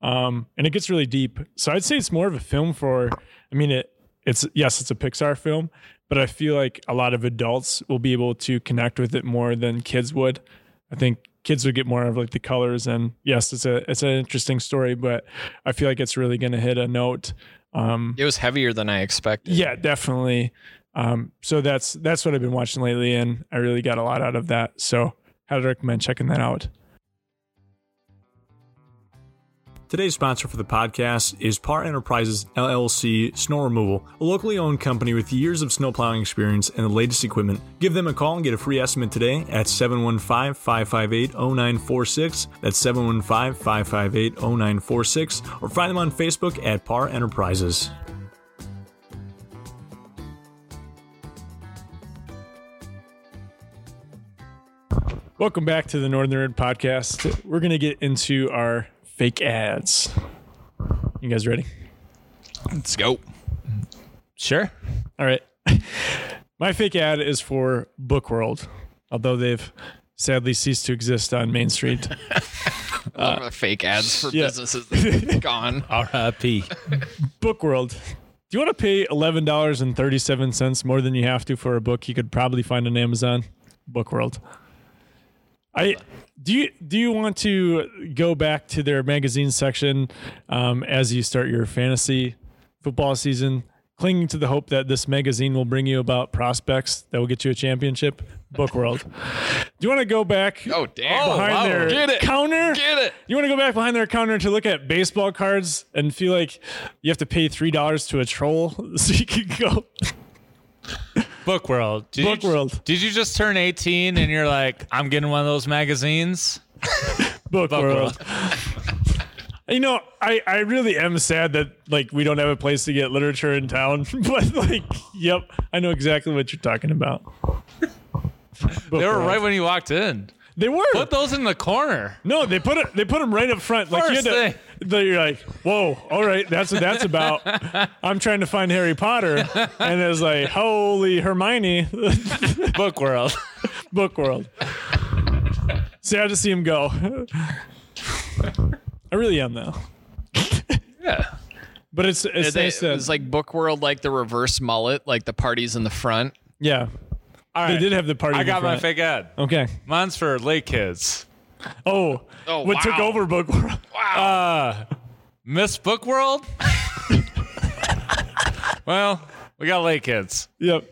Speaker 4: Um, and it gets really deep. So I'd say it's more of a film for, I mean, it, it's, yes, it's a Pixar film, but I feel like a lot of adults will be able to connect with it more than kids would. I think kids would get more of like the colors and yes, it's a, it's an interesting story, but I feel like it's really going to hit a note. Um,
Speaker 2: It was heavier than I expected.
Speaker 4: yeah, definitely. Um, so that's that's what I've been watching lately, and I really got a lot out of that. So I'd recommend checking that out.
Speaker 1: Today's sponsor for the podcast is Par Enterprises LLC Snow Removal, a locally owned company with years of snow plowing experience and the latest equipment. Give them a call and get a free estimate today at 715 558 0946. That's 715 558 0946. Or find them on Facebook at Par Enterprises.
Speaker 4: Welcome back to the Northern Nerd Podcast. We're gonna get into our fake ads. You guys ready?
Speaker 2: Let's go.
Speaker 3: Sure.
Speaker 4: All right. My fake ad is for Book World, although they've sadly ceased to exist on Main Street.
Speaker 2: fake ads for
Speaker 4: yeah.
Speaker 2: businesses that are gone.
Speaker 3: R.I.P.
Speaker 4: Book World. Do you want to pay eleven dollars and thirty seven cents more than you have to for a book you could probably find on Amazon? Book World. I do you do you want to go back to their magazine section um, as you start your fantasy football season, clinging to the hope that this magazine will bring you about prospects that will get you a championship? Book World. Do you want to go back
Speaker 2: Oh damn!
Speaker 4: behind
Speaker 2: wow.
Speaker 4: their
Speaker 2: Get it.
Speaker 4: counter?
Speaker 2: Get it.
Speaker 4: You want to go back behind their counter to look at baseball cards and feel like you have to pay three dollars to a troll so you can go.
Speaker 3: Book World. Did
Speaker 4: Book
Speaker 3: you,
Speaker 4: World.
Speaker 3: Did you just turn 18 and you're like, I'm getting one of those magazines?
Speaker 4: Book, world.
Speaker 3: World.
Speaker 4: you know, I, I really am sad that like we don't have a place to get literature in town, but like, yep, I know exactly what you're talking about.
Speaker 3: They were right when you walked in.
Speaker 4: They were.
Speaker 3: Put those in the corner.
Speaker 4: No, they put it. They put them right up front. Like you had
Speaker 3: First
Speaker 4: to, they- you're like, whoa, all right, that's what that's about. I'm trying to find Harry Potter, and it's like, holy Hermione,
Speaker 3: Book World.
Speaker 4: book world. Sad to see him go. I really am though,
Speaker 2: Yeah.
Speaker 4: but it's it's
Speaker 2: They-
Speaker 4: nice
Speaker 2: it
Speaker 4: that-
Speaker 2: was like book world, like the reverse mullet, like the parties in the front.
Speaker 4: yeah.
Speaker 3: All
Speaker 4: They
Speaker 3: right.
Speaker 4: did have the party.
Speaker 3: I
Speaker 4: in
Speaker 3: got my
Speaker 4: front.
Speaker 3: fake ad.
Speaker 4: Okay.
Speaker 3: Mine's for late kids.
Speaker 4: Oh,
Speaker 2: Oh,
Speaker 4: what took
Speaker 2: wow.
Speaker 4: over book world?
Speaker 3: Uh, Miss Book World? well, we got late kids.
Speaker 4: Yep.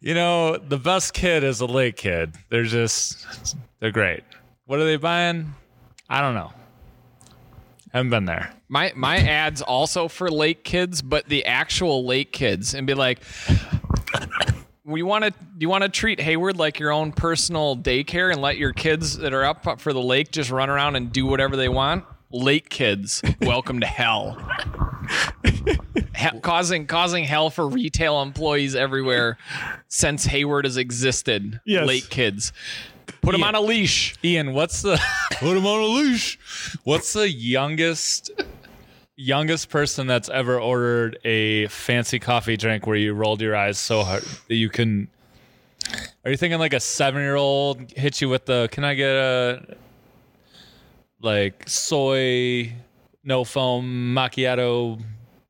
Speaker 3: You know, the best kid is a late kid. They're just, they're great. What are they buying? I don't know. Haven't been there.
Speaker 2: My my ads also for lake kids, but the actual lake kids, and be like, we want to. Do you want to treat Hayward like your own personal daycare and let your kids that are up for the lake just run around and do whatever they want? Lake kids, welcome to hell. Ha- causing causing hell for retail employees everywhere since Hayward has existed.
Speaker 4: Yes.
Speaker 2: Lake kids, put them on a leash.
Speaker 3: Ian, what's the put him on a leash? What's the youngest youngest person that's ever ordered a fancy coffee drink where you rolled your eyes so hard that you can? Are you thinking like a seven year old hit you with the? Can I get a like soy no foam macchiato?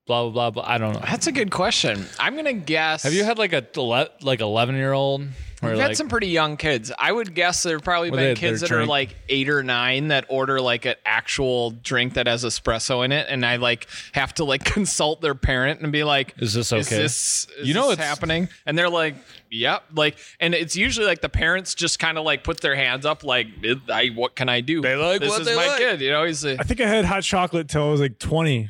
Speaker 3: Blah blah blah. blah. I don't know.
Speaker 2: That's a good question. I'm gonna guess.
Speaker 3: Have you had like a ele- like eleven year old?
Speaker 2: We've had some pretty young kids. I would guess there have probably
Speaker 3: Well,
Speaker 2: been
Speaker 3: they-
Speaker 2: kids that are
Speaker 3: their drink-
Speaker 2: like eight or nine that order like an actual drink that has espresso in it, and I like have to like consult their parent and be like,
Speaker 3: Is this okay?
Speaker 2: Is this, is
Speaker 3: You know
Speaker 2: this
Speaker 3: it's-
Speaker 2: happening?" And they're like, "Yep." Like, and it's usually like the parents just kind of like put their hands up, like, "I what can I do?" They
Speaker 3: like
Speaker 2: this
Speaker 3: what
Speaker 2: is
Speaker 3: they
Speaker 2: my
Speaker 3: like."
Speaker 2: kid, you know. He's a,
Speaker 4: I think I had hot chocolate till I was like 20.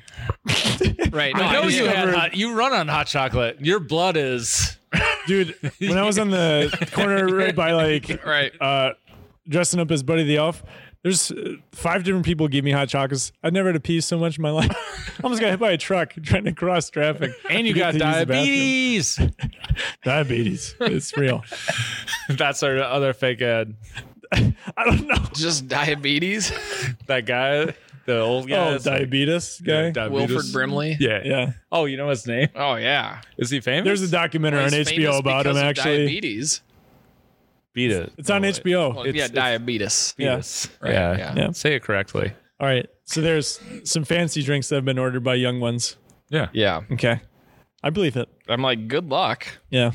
Speaker 2: right.
Speaker 3: I know
Speaker 2: just-
Speaker 3: you had
Speaker 4: discovered-
Speaker 3: hot, you run on hot chocolate. Your blood is
Speaker 4: dude. When I was on the corner right by like
Speaker 2: Right.
Speaker 4: uh, dressing up as Buddy the Elf. There's uh, five different people give me hot chocolates. I've never had a pee so much in my life. I almost got hit by a truck trying to cross traffic.
Speaker 3: And you
Speaker 4: to get
Speaker 3: got
Speaker 4: to use the bathroom.
Speaker 3: diabetes.
Speaker 4: Diabetes. It's real.
Speaker 3: That's our other fake ad.
Speaker 4: I don't know.
Speaker 2: Just diabetes.
Speaker 3: That guy, the old guy.
Speaker 4: oh,
Speaker 3: that's like,
Speaker 4: diabetes guy.
Speaker 3: yeah, diabetes.
Speaker 2: Wilford Brimley.
Speaker 3: Yeah.
Speaker 4: yeah.
Speaker 3: Oh, you know his name?
Speaker 2: Oh yeah.
Speaker 3: Is he famous?
Speaker 4: There's a documentary on
Speaker 2: He's famous
Speaker 4: HBO about him
Speaker 2: because of
Speaker 4: actually.
Speaker 2: Diabetes.
Speaker 3: beat it.
Speaker 4: It's on
Speaker 3: No, wait.
Speaker 4: HBO.
Speaker 2: Well,
Speaker 3: It's-
Speaker 2: yeah,
Speaker 3: it's-
Speaker 2: diabetes.
Speaker 4: yeah.
Speaker 3: Yes. Yeah.
Speaker 2: yeah.
Speaker 4: Yeah.
Speaker 3: Say it correctly.
Speaker 4: All right. So there's some fancy drinks that have been ordered by young ones.
Speaker 2: Yeah.
Speaker 4: Okay. I believe it.
Speaker 2: I'm like, good luck.
Speaker 4: Yeah.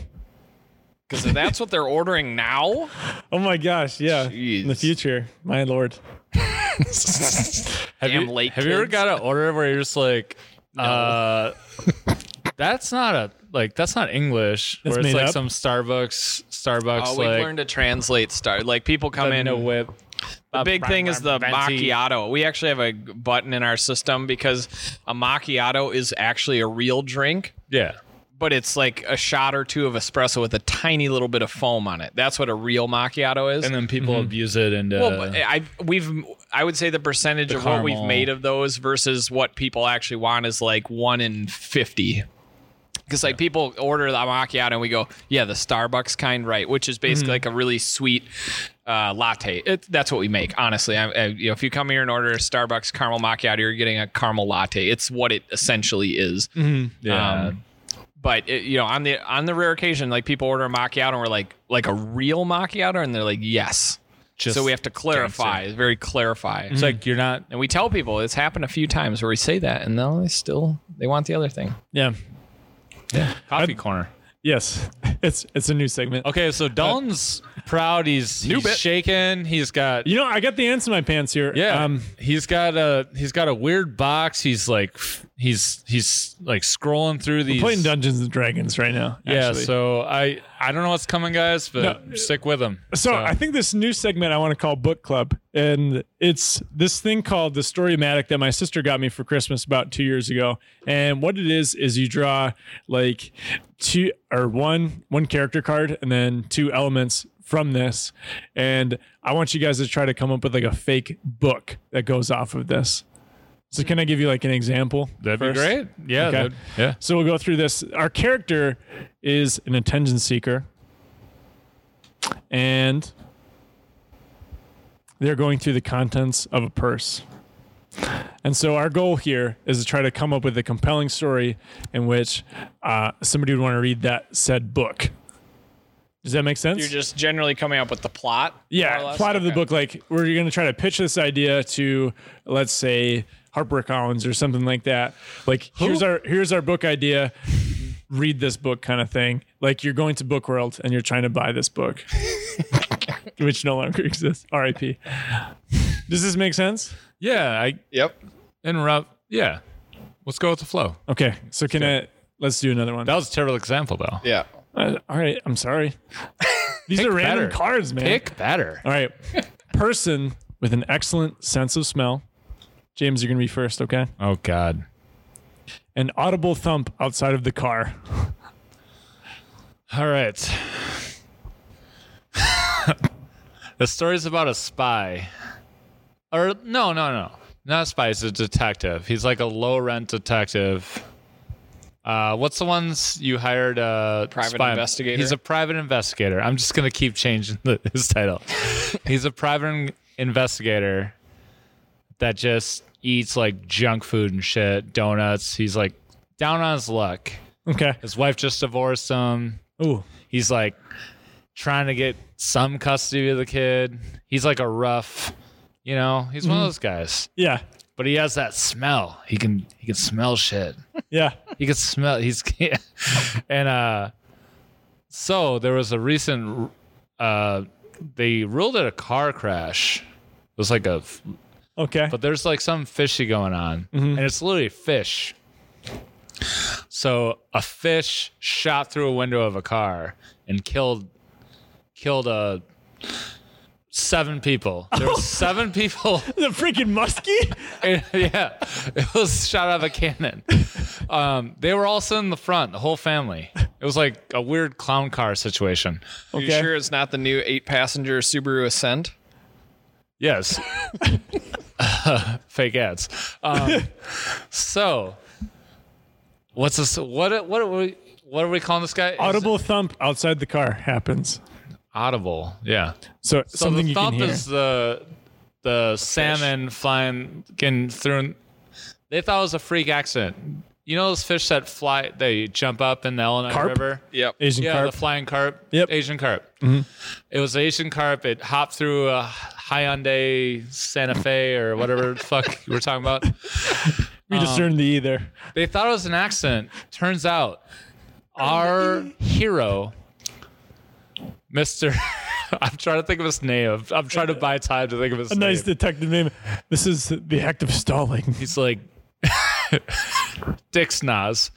Speaker 2: Because if that's what they're ordering now,
Speaker 4: Oh my gosh. Yeah. In the
Speaker 2: Jeez.
Speaker 4: future. My lord.
Speaker 3: Have
Speaker 2: Damn
Speaker 3: you
Speaker 2: late
Speaker 3: have you ever
Speaker 2: kids.
Speaker 3: got an order where you're just like, uh, that's not a like that's not English.
Speaker 4: That's
Speaker 3: where it's
Speaker 4: made
Speaker 3: like
Speaker 4: up.
Speaker 3: some Starbucks Starbucks
Speaker 2: oh, we've
Speaker 3: like
Speaker 2: learned to translate star. Like people come in.
Speaker 3: a whip.
Speaker 2: the big thing is the
Speaker 3: Venti.
Speaker 2: macchiato. We actually have a button in our system because a macchiato is actually a real drink,
Speaker 3: Yeah.
Speaker 2: but it's like a shot or two of espresso with a tiny little bit of foam on it. That's what a real macchiato is.
Speaker 3: And then people
Speaker 4: Mm-hmm.
Speaker 3: abuse it and uh,
Speaker 2: well, but I we've I would say the percentage of what we've
Speaker 3: caramel.
Speaker 2: made of those versus what people actually want is like one in fifty. Because like people order the macchiato and we go, yeah, the Starbucks kind, right? Which is basically like a really sweet uh, latte. It, that's what we make, honestly. I, I, you know, if you come here and order a Starbucks caramel macchiato, you're getting a caramel latte. It's what it essentially is.
Speaker 3: yeah.
Speaker 2: um, But it, you know, on the on the rare occasion, like people order a macchiato and we're like, like a real macchiato, and they're like, yes,
Speaker 3: just
Speaker 2: so we have to clarify, very clarify.
Speaker 3: It's like you're not.
Speaker 2: and we tell people it's happened a few times where we say that, and they'll they still they want the other thing.
Speaker 4: Yeah.
Speaker 3: Coffee corner.
Speaker 4: Yes. It's it's a new segment.
Speaker 3: Okay, so Dalton's proud. He's, he's
Speaker 2: bit.
Speaker 3: shaken. He's got
Speaker 4: You know, I got the ants in my pants here.
Speaker 3: Yeah,
Speaker 4: Um,
Speaker 3: he's got a he's got a weird box. He's like he's he's like scrolling through these.
Speaker 4: playing Dungeons and Dragons right now.
Speaker 3: yeah,
Speaker 4: actually.
Speaker 3: so I I don't know what's coming, guys, but stick with him.
Speaker 4: So I think this new segment I want to call Book Club, and it's this thing called the Storymatic that my sister got me for Christmas about two years ago. And what it is is you draw like two or one one character card, and then two elements from this. And I want you guys to try to come up with like a fake book that goes off of this. So can I give you like an example?
Speaker 3: that'd
Speaker 4: first?
Speaker 3: be great. Yeah,
Speaker 4: Okay.
Speaker 3: that'd- yeah.
Speaker 4: So we'll go through this. Our character is an attention seeker, and they're going through the contents of a purse. And so our goal here is to try to come up with a compelling story in which uh, somebody would want to read that said book. Does that make sense?
Speaker 2: You're just generally coming up with the plot. more or
Speaker 4: yeah,
Speaker 2: less?
Speaker 4: plot of the
Speaker 2: Okay.
Speaker 4: book. Like we're going to try to pitch this idea to, let's say, HarperCollins or something like that. Like here's our here's our book idea. Read this book, kind of thing. Like you're going to Book World and you're trying to buy this book, which no longer exists. R.I.P. Does this make sense?
Speaker 3: Yeah, I
Speaker 2: Yep.
Speaker 3: interrupt. Yeah, let's go with the flow.
Speaker 4: Okay, so can I? Let's do another one.
Speaker 3: That was a terrible example, though.
Speaker 2: Yeah.
Speaker 4: Uh, all right, I'm sorry. These are random
Speaker 3: better.
Speaker 4: cards, man.
Speaker 3: Pick better.
Speaker 4: All right, person with an excellent sense of smell. James, you're gonna be first, okay?
Speaker 3: Oh God.
Speaker 4: an audible thump outside of the car.
Speaker 3: All right. the story's about a spy. Or no, no, no. Not a spy, he's a detective. He's like a low rent detective. Uh, what's the ones you hired? Uh,
Speaker 2: Private investigator?
Speaker 3: He's a private investigator. I'm just gonna keep changing the, his title. he's a private in- investigator that just eats like junk food and shit, donuts. He's like down on his luck.
Speaker 4: Okay.
Speaker 3: His wife just divorced him
Speaker 4: Ooh.
Speaker 3: he's like trying to get some custody of the kid. He's like a rough, you know, he's one of those guys.
Speaker 4: Yeah.
Speaker 3: But he has that smell. He can he can smell shit.
Speaker 4: Yeah.
Speaker 3: He can smell he's and uh so there was a recent uh they ruled it a car crash. It was like a
Speaker 4: Okay.
Speaker 3: but there's like some fishy going on, and it's literally fish. So a fish shot through a window of a car and killed killed uh, seven people. There were seven people.
Speaker 4: the freaking muskie?
Speaker 3: yeah, it was shot out of a cannon. Um, they were also in the front, the whole family. It was like a weird clown car situation.
Speaker 2: You sure it's not the new eight passenger Subaru Ascent?
Speaker 3: Yes. Fake ads. Um, so, what's this? What what are we what are we calling this guy? Is it-
Speaker 4: Audible thump outside the car happens.
Speaker 3: Audible. Yeah.
Speaker 4: So,
Speaker 3: So
Speaker 4: something
Speaker 3: the
Speaker 4: you can
Speaker 3: thump
Speaker 4: hear.
Speaker 3: is the the salmon flying getting through. They thought it was a freak accident. You know those fish that fly? They jump up in the Illinois
Speaker 4: Carp?
Speaker 3: River.
Speaker 2: Yep.
Speaker 4: Asian
Speaker 3: yeah,
Speaker 4: carp.
Speaker 3: the flying carp.
Speaker 4: Yep. Mm-hmm.
Speaker 3: Asian carp. It was Asian carp. It hopped through a Hyundai Santa Fe or whatever the fuck you were talking about.
Speaker 4: we
Speaker 3: uh,
Speaker 4: discern the E there.
Speaker 3: They thought it was an accident. Turns out our hero, Mr. I'm trying to think of his name. I'm, I'm trying to buy time to think of his
Speaker 4: A
Speaker 3: name.
Speaker 4: nice detective name. This is the act of stalling.
Speaker 3: He's like Dick Snaz.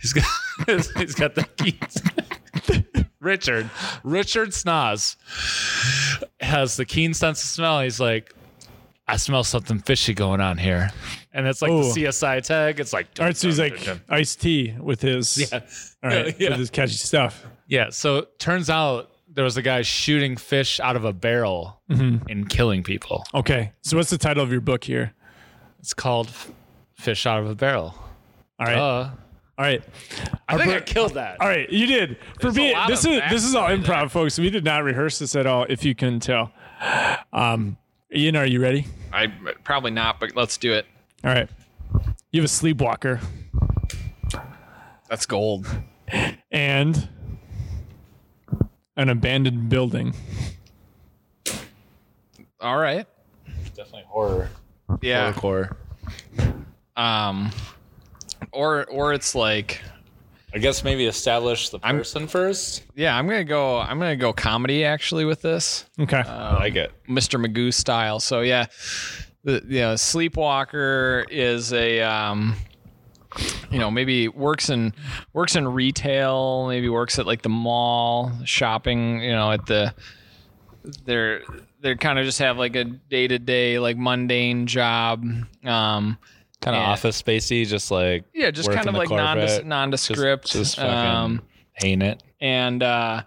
Speaker 3: He's got he's got the keys. Richard. Richard Snaz has the keen sense of smell. He's like, I smell something fishy going on here. And it's like
Speaker 4: Ooh.
Speaker 3: the CSI tag. It's like
Speaker 4: All right, so he's like iced tea with his all right,
Speaker 3: Yeah.
Speaker 4: with his catchy stuff.
Speaker 3: Yeah, so turns out there was a guy shooting fish out of a barrel and killing people.
Speaker 4: Okay. So what's the title of your book here?
Speaker 3: It's called F- Fish Out of a Barrel.
Speaker 4: All right.
Speaker 3: Uh,
Speaker 4: all right.
Speaker 3: I think I killed that.
Speaker 4: All right, you did. For
Speaker 3: There's
Speaker 4: me,
Speaker 3: a lot
Speaker 4: this
Speaker 3: of
Speaker 4: is this is all
Speaker 3: backstory
Speaker 4: improv, folks. We did not rehearse this at all. If you couldn't tell, um, Ian, are you ready?
Speaker 2: I probably not, but let's do it.
Speaker 4: All right, you have a sleepwalker,
Speaker 2: That's gold.
Speaker 4: and an abandoned building.
Speaker 2: All right.
Speaker 3: Definitely horror.
Speaker 2: Yeah.
Speaker 3: Horrorcore.
Speaker 2: Um, or or it's like
Speaker 3: I guess maybe establish the person first.
Speaker 2: yeah, I'm gonna go. I'm gonna go comedy actually with this.
Speaker 4: Okay,
Speaker 2: Uh, Oh.
Speaker 3: I like it.
Speaker 2: Mr. Magoo style. So yeah, the you know, Sleepwalker is a um, you know maybe works in works in retail, maybe works at like the mall, shopping. You know at the they're they're kind of just have like a day to day like mundane job. Um,
Speaker 3: Kind of
Speaker 2: Yeah.
Speaker 3: office spacey, just like
Speaker 2: yeah, just
Speaker 3: work
Speaker 2: kind
Speaker 3: in
Speaker 2: of
Speaker 3: the
Speaker 2: like
Speaker 3: Corvette,
Speaker 2: nondes- nondescript.
Speaker 3: Just, just fucking
Speaker 2: um,
Speaker 3: hate it.
Speaker 2: and uh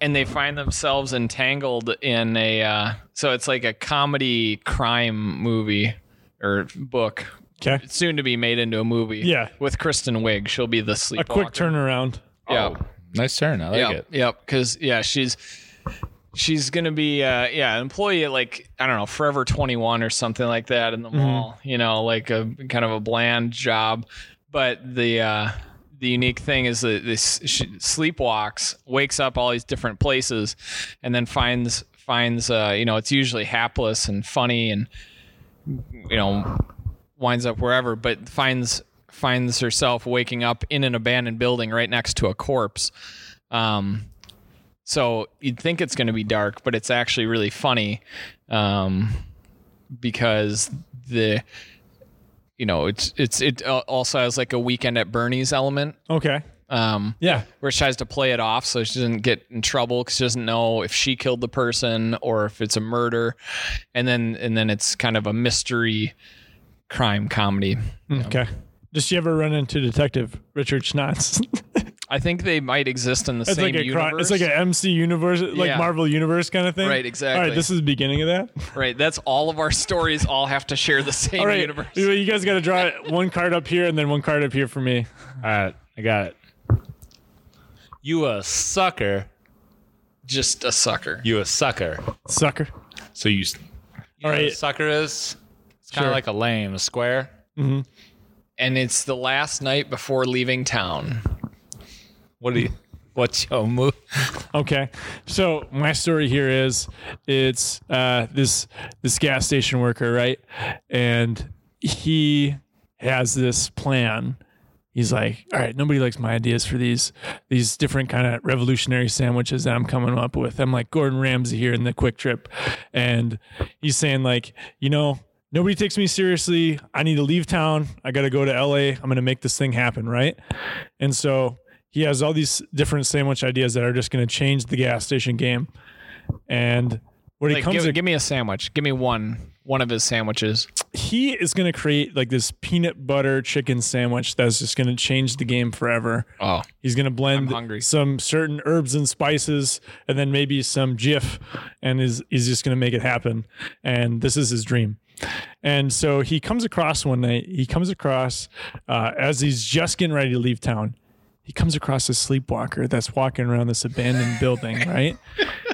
Speaker 2: and they find themselves entangled in a uh so it's like a comedy crime movie or book
Speaker 4: okay,
Speaker 2: soon to be made into a movie
Speaker 4: Yeah.
Speaker 2: with kristen wiig she'll be the
Speaker 4: a
Speaker 2: sleepwalker
Speaker 4: quick turnaround.
Speaker 2: yeah
Speaker 3: Nice turn. I like
Speaker 2: yeah
Speaker 3: it.
Speaker 2: yep because yeah she's she's gonna be uh yeah an employee at like i don't know forever 21 or something like that
Speaker 3: Mm-hmm.
Speaker 2: in the mall you know like a kind of a bland job but the uh the unique thing is that this she sleepwalks wakes up all these different places and then finds finds uh you know it's usually hapless and funny and you know winds up wherever but finds finds herself waking up in an abandoned building right next to a corpse um, so you'd think it's going to be dark, but it's actually really funny um, because the you know it's it's it al- also has like a weekend at Bernie's element
Speaker 4: Okay,
Speaker 2: um,
Speaker 4: yeah,
Speaker 2: where she tries to play it off so she doesn't get in trouble because she doesn't know if she killed the person or if it's a murder, and then and then it's kind of a mystery crime comedy.
Speaker 4: okay. Does she ever run into Detective Richard Schnatz?
Speaker 2: I think they might exist in the
Speaker 4: it's
Speaker 2: same
Speaker 4: like a cro-
Speaker 2: universe.
Speaker 4: it's like a MC universe, like
Speaker 2: Yeah.
Speaker 4: Marvel universe kind of thing.
Speaker 2: Right,
Speaker 4: All
Speaker 2: exactly.
Speaker 4: right, this is the beginning of that.
Speaker 2: Right. That's all of our stories all have to share the same
Speaker 4: All right,
Speaker 2: universe.
Speaker 4: you you guys got to draw one card up here and then one card up here for me.
Speaker 3: All right, I got it. You a sucker.
Speaker 2: Just a sucker.
Speaker 3: You a sucker.
Speaker 4: Sucker.
Speaker 3: So you. s- you know what a
Speaker 4: right.
Speaker 3: sucker is. It's kind of
Speaker 4: Sure.
Speaker 3: like a lame, a square.
Speaker 2: And it's the last night before leaving town.
Speaker 3: What do you? What's your move?
Speaker 4: Okay. So my story here is it's uh, this this gas station worker, right? And he has this plan. He's like, all right, nobody likes my ideas for these these different kind of revolutionary sandwiches that I'm coming up with. I'm like Gordon Ramsay here in the Quick Trip, and he's saying like, you know, nobody takes me seriously. I need to leave town. I got to go to LA. I'm gonna make this thing happen, right? And so he has all these different sandwich ideas that are just going to change the gas station game. And when he
Speaker 2: Like,
Speaker 4: comes
Speaker 2: give,
Speaker 4: to,
Speaker 2: give me a sandwich. Give me one. One of his sandwiches.
Speaker 4: he is going to create like this peanut butter chicken sandwich that's just going to change the game forever.
Speaker 2: Oh,
Speaker 4: He's going to blend
Speaker 2: I'm hungry.
Speaker 4: some certain herbs and spices and then maybe some jif and is is just going to make it happen. And this is his dream. And so he comes across one night, he comes across uh, as he's just getting ready to leave town. He comes across a sleepwalker that's walking around this abandoned building, right?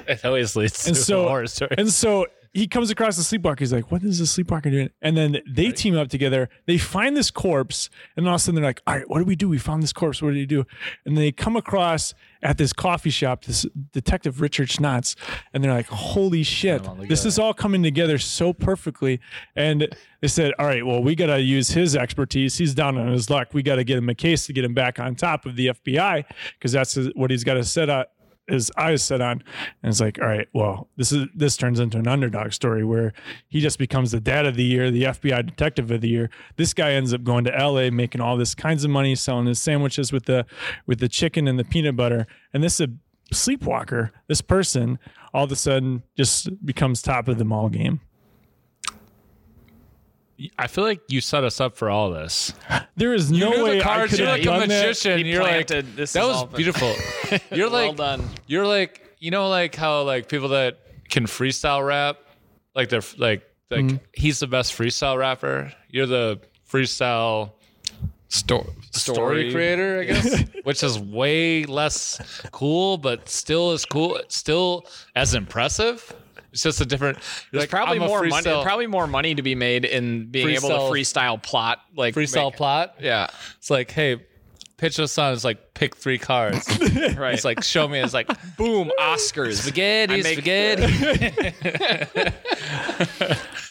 Speaker 3: It always leads
Speaker 4: And
Speaker 3: to
Speaker 4: so-
Speaker 3: a horror story.
Speaker 4: And so he comes across the sleepwalker. He's like, "What is the sleepwalker doing?" And then they team up together. They find this corpse, and all of a sudden they're like, "All right, what do we do? We found this corpse. What do we do?" And they come across at this coffee shop, this detective Richard Schnatz, and they're like, "Holy shit! This is all coming together so perfectly." And they said, "All right, well, we got to use his expertise. He's down on his luck. We got to get him a case to get him back on top of the FBI because that's what he's got to set up." his eyes set on and it's like all right well this is this turns into an underdog story where he just becomes the dad of the year the fbi detective of the year this guy ends up going to la making all this kinds of money selling his sandwiches with the with the chicken and the peanut butter and this uh, sleepwalker this person all of a sudden just becomes top of the mall game
Speaker 3: I feel like you set us up for all this.
Speaker 4: there is no
Speaker 2: Oh,
Speaker 3: knew the
Speaker 4: way i
Speaker 3: cards,
Speaker 4: could
Speaker 3: you're
Speaker 4: have
Speaker 3: like a
Speaker 4: done that
Speaker 3: magician.
Speaker 2: He
Speaker 3: you're like,
Speaker 2: planted, this
Speaker 3: that
Speaker 2: has
Speaker 3: was
Speaker 2: all been-
Speaker 3: beautiful. You're
Speaker 2: well
Speaker 3: like,
Speaker 2: done.
Speaker 3: you're like, you know, like how like people that can freestyle rap, like they're like, like he's the best freestyle rapper. You're the freestyle
Speaker 2: Story,
Speaker 3: story creator, I guess, which is way less cool, but still is cool, still as impressive. It's just a different. There's like,
Speaker 2: probably
Speaker 3: I'm a
Speaker 2: more money.
Speaker 3: freestyle-
Speaker 2: Probably more money to be made in being able to freestyle plot, like
Speaker 3: freestyle
Speaker 2: make-
Speaker 3: plot.
Speaker 2: Yeah,
Speaker 3: It's like, hey, pitch us on. It's like pick three cards.
Speaker 2: right.
Speaker 3: It's like show me. It's like
Speaker 2: boom, Oscars.
Speaker 3: spaghetti,
Speaker 2: I make-
Speaker 3: spaghetti.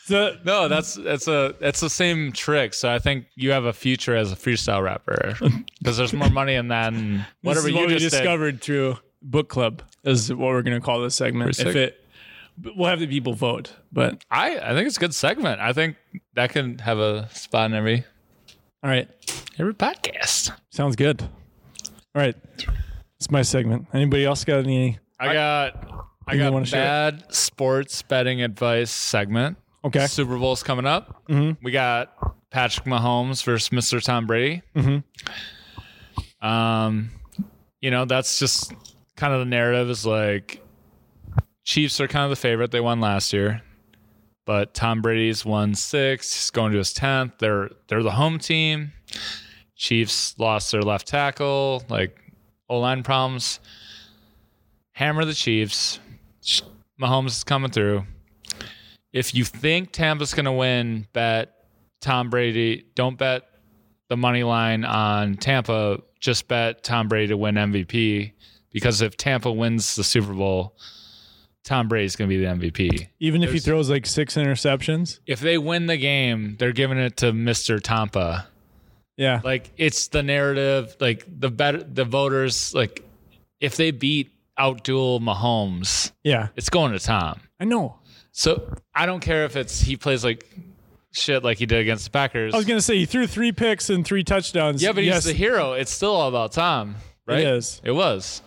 Speaker 4: The-
Speaker 3: no, that's that's a that's the same trick. So I think you have a future as a freestyle rapper because there's more money in that. And
Speaker 4: This
Speaker 3: whatever
Speaker 4: is
Speaker 3: you
Speaker 4: what we
Speaker 3: just did.
Speaker 4: discovered through book club is what we're going to call this segment if
Speaker 3: sick.
Speaker 4: it we'll have the people vote but
Speaker 3: I I think it's a good segment. I think that can have a spot in every
Speaker 4: all right
Speaker 3: every podcast.
Speaker 4: Sounds good. All right. It's my segment. Anybody else got any?
Speaker 3: I got I
Speaker 4: You
Speaker 3: got
Speaker 4: wanna share it?
Speaker 3: bad sports betting advice segment.
Speaker 4: Okay.
Speaker 3: Super Bowl's coming up. We got Patrick Mahomes versus Mr. Tom Brady. Um, you know, that's just kind of the narrative is like Chiefs are kind of the favorite. They won last year. But Tom Brady's won six. He's going to his tenth. They're they're the home team. Chiefs lost their left tackle, like O line problems. Hammer the Chiefs. Sh- Mahomes is coming through if you think Tampa's going to win, bet Tom Brady. Don't bet the money line on Tampa. Just bet Tom Brady to win MVP because if Tampa wins the Super Bowl, Tom Brady's going to be the MVP.
Speaker 4: Even if he throws like six interceptions?
Speaker 3: If they win the game, they're giving it to Mr. Tampa.
Speaker 4: Yeah.
Speaker 3: Like it's the narrative. Like the better the voters. Like if they beat outduel Mahomes,
Speaker 4: yeah.
Speaker 3: it's going to Tom.
Speaker 4: I know.
Speaker 3: So I don't care if it's he plays like shit like he did against the Packers.
Speaker 4: I was going to say he threw three picks and three touchdowns.
Speaker 3: yeah, but
Speaker 4: yes,
Speaker 3: he's the hero. It's still all about Tom, right?
Speaker 4: is.
Speaker 3: It was.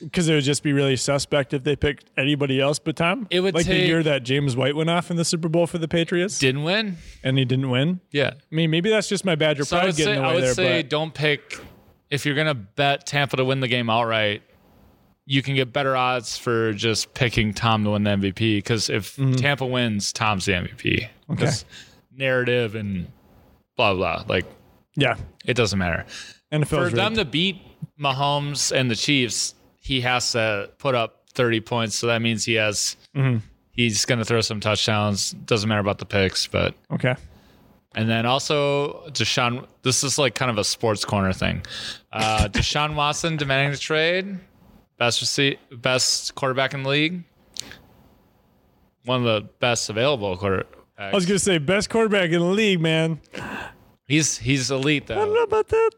Speaker 4: because it would just be really suspect if they picked anybody else but Tom.
Speaker 3: It would
Speaker 4: like the
Speaker 3: take-
Speaker 4: year that James White went off in the Super Bowl for the Patriots
Speaker 3: Didn't win.
Speaker 4: and he didn't win.
Speaker 3: Yeah.
Speaker 4: I mean, maybe that's just my Badger
Speaker 3: So I
Speaker 4: pride
Speaker 3: would
Speaker 4: getting
Speaker 3: say
Speaker 4: in the
Speaker 3: I
Speaker 4: way
Speaker 3: would
Speaker 4: there.
Speaker 3: say
Speaker 4: but
Speaker 3: don't pick if you're gonna bet Tampa to win the game outright. You can get better odds for just picking Tom to win the MVP because if Tampa wins, Tom's the MVP.
Speaker 4: Mm-hmm. Okay.
Speaker 3: 'Cause Narrative and blah blah. Like
Speaker 4: yeah,
Speaker 3: it doesn't matter.
Speaker 4: NFL's
Speaker 3: for
Speaker 4: rigged.
Speaker 3: them to beat Mahomes and the Chiefs, he has to put up 30 points. So that means he has
Speaker 4: Mm-hmm.
Speaker 3: he's going to throw some touchdowns. Doesn't matter about the picks, but
Speaker 4: okay.
Speaker 3: and then also Deshaun. This is like kind of a sports corner thing. Uh, Deshaun Watson demanding the trade. Best receive, best quarterback in the league. One of the best available quarter.
Speaker 4: I was going to say best quarterback in the league, man.
Speaker 3: He's he's elite though.
Speaker 4: I don't know about that.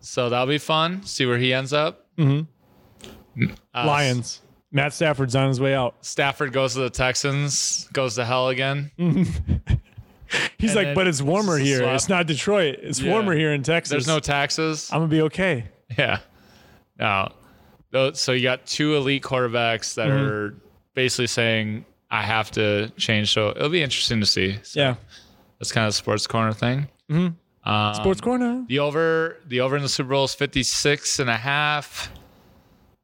Speaker 3: So that'll be fun. See where he ends up.
Speaker 4: Mm-hmm.
Speaker 3: Uh,
Speaker 4: Lions. Matt Stafford's on his way out.
Speaker 3: Stafford goes to the Texans, goes to hell again.
Speaker 4: He's
Speaker 3: And
Speaker 4: like,
Speaker 3: then
Speaker 4: but it's warmer
Speaker 3: s-
Speaker 4: here.
Speaker 3: slap.
Speaker 4: It's not Detroit. It's
Speaker 3: Yeah.
Speaker 4: warmer here in Texas.
Speaker 3: There's no taxes.
Speaker 4: I'm gonna be okay.
Speaker 3: Yeah. No. Tho- So you got two elite quarterbacks that are basically saying, I have to change. So it'll be interesting to see. So
Speaker 4: Yeah.
Speaker 3: that's kind of the sports corner thing. Um,
Speaker 4: Sports corner.
Speaker 3: The over the over in the Super Bowl is 56 and a half.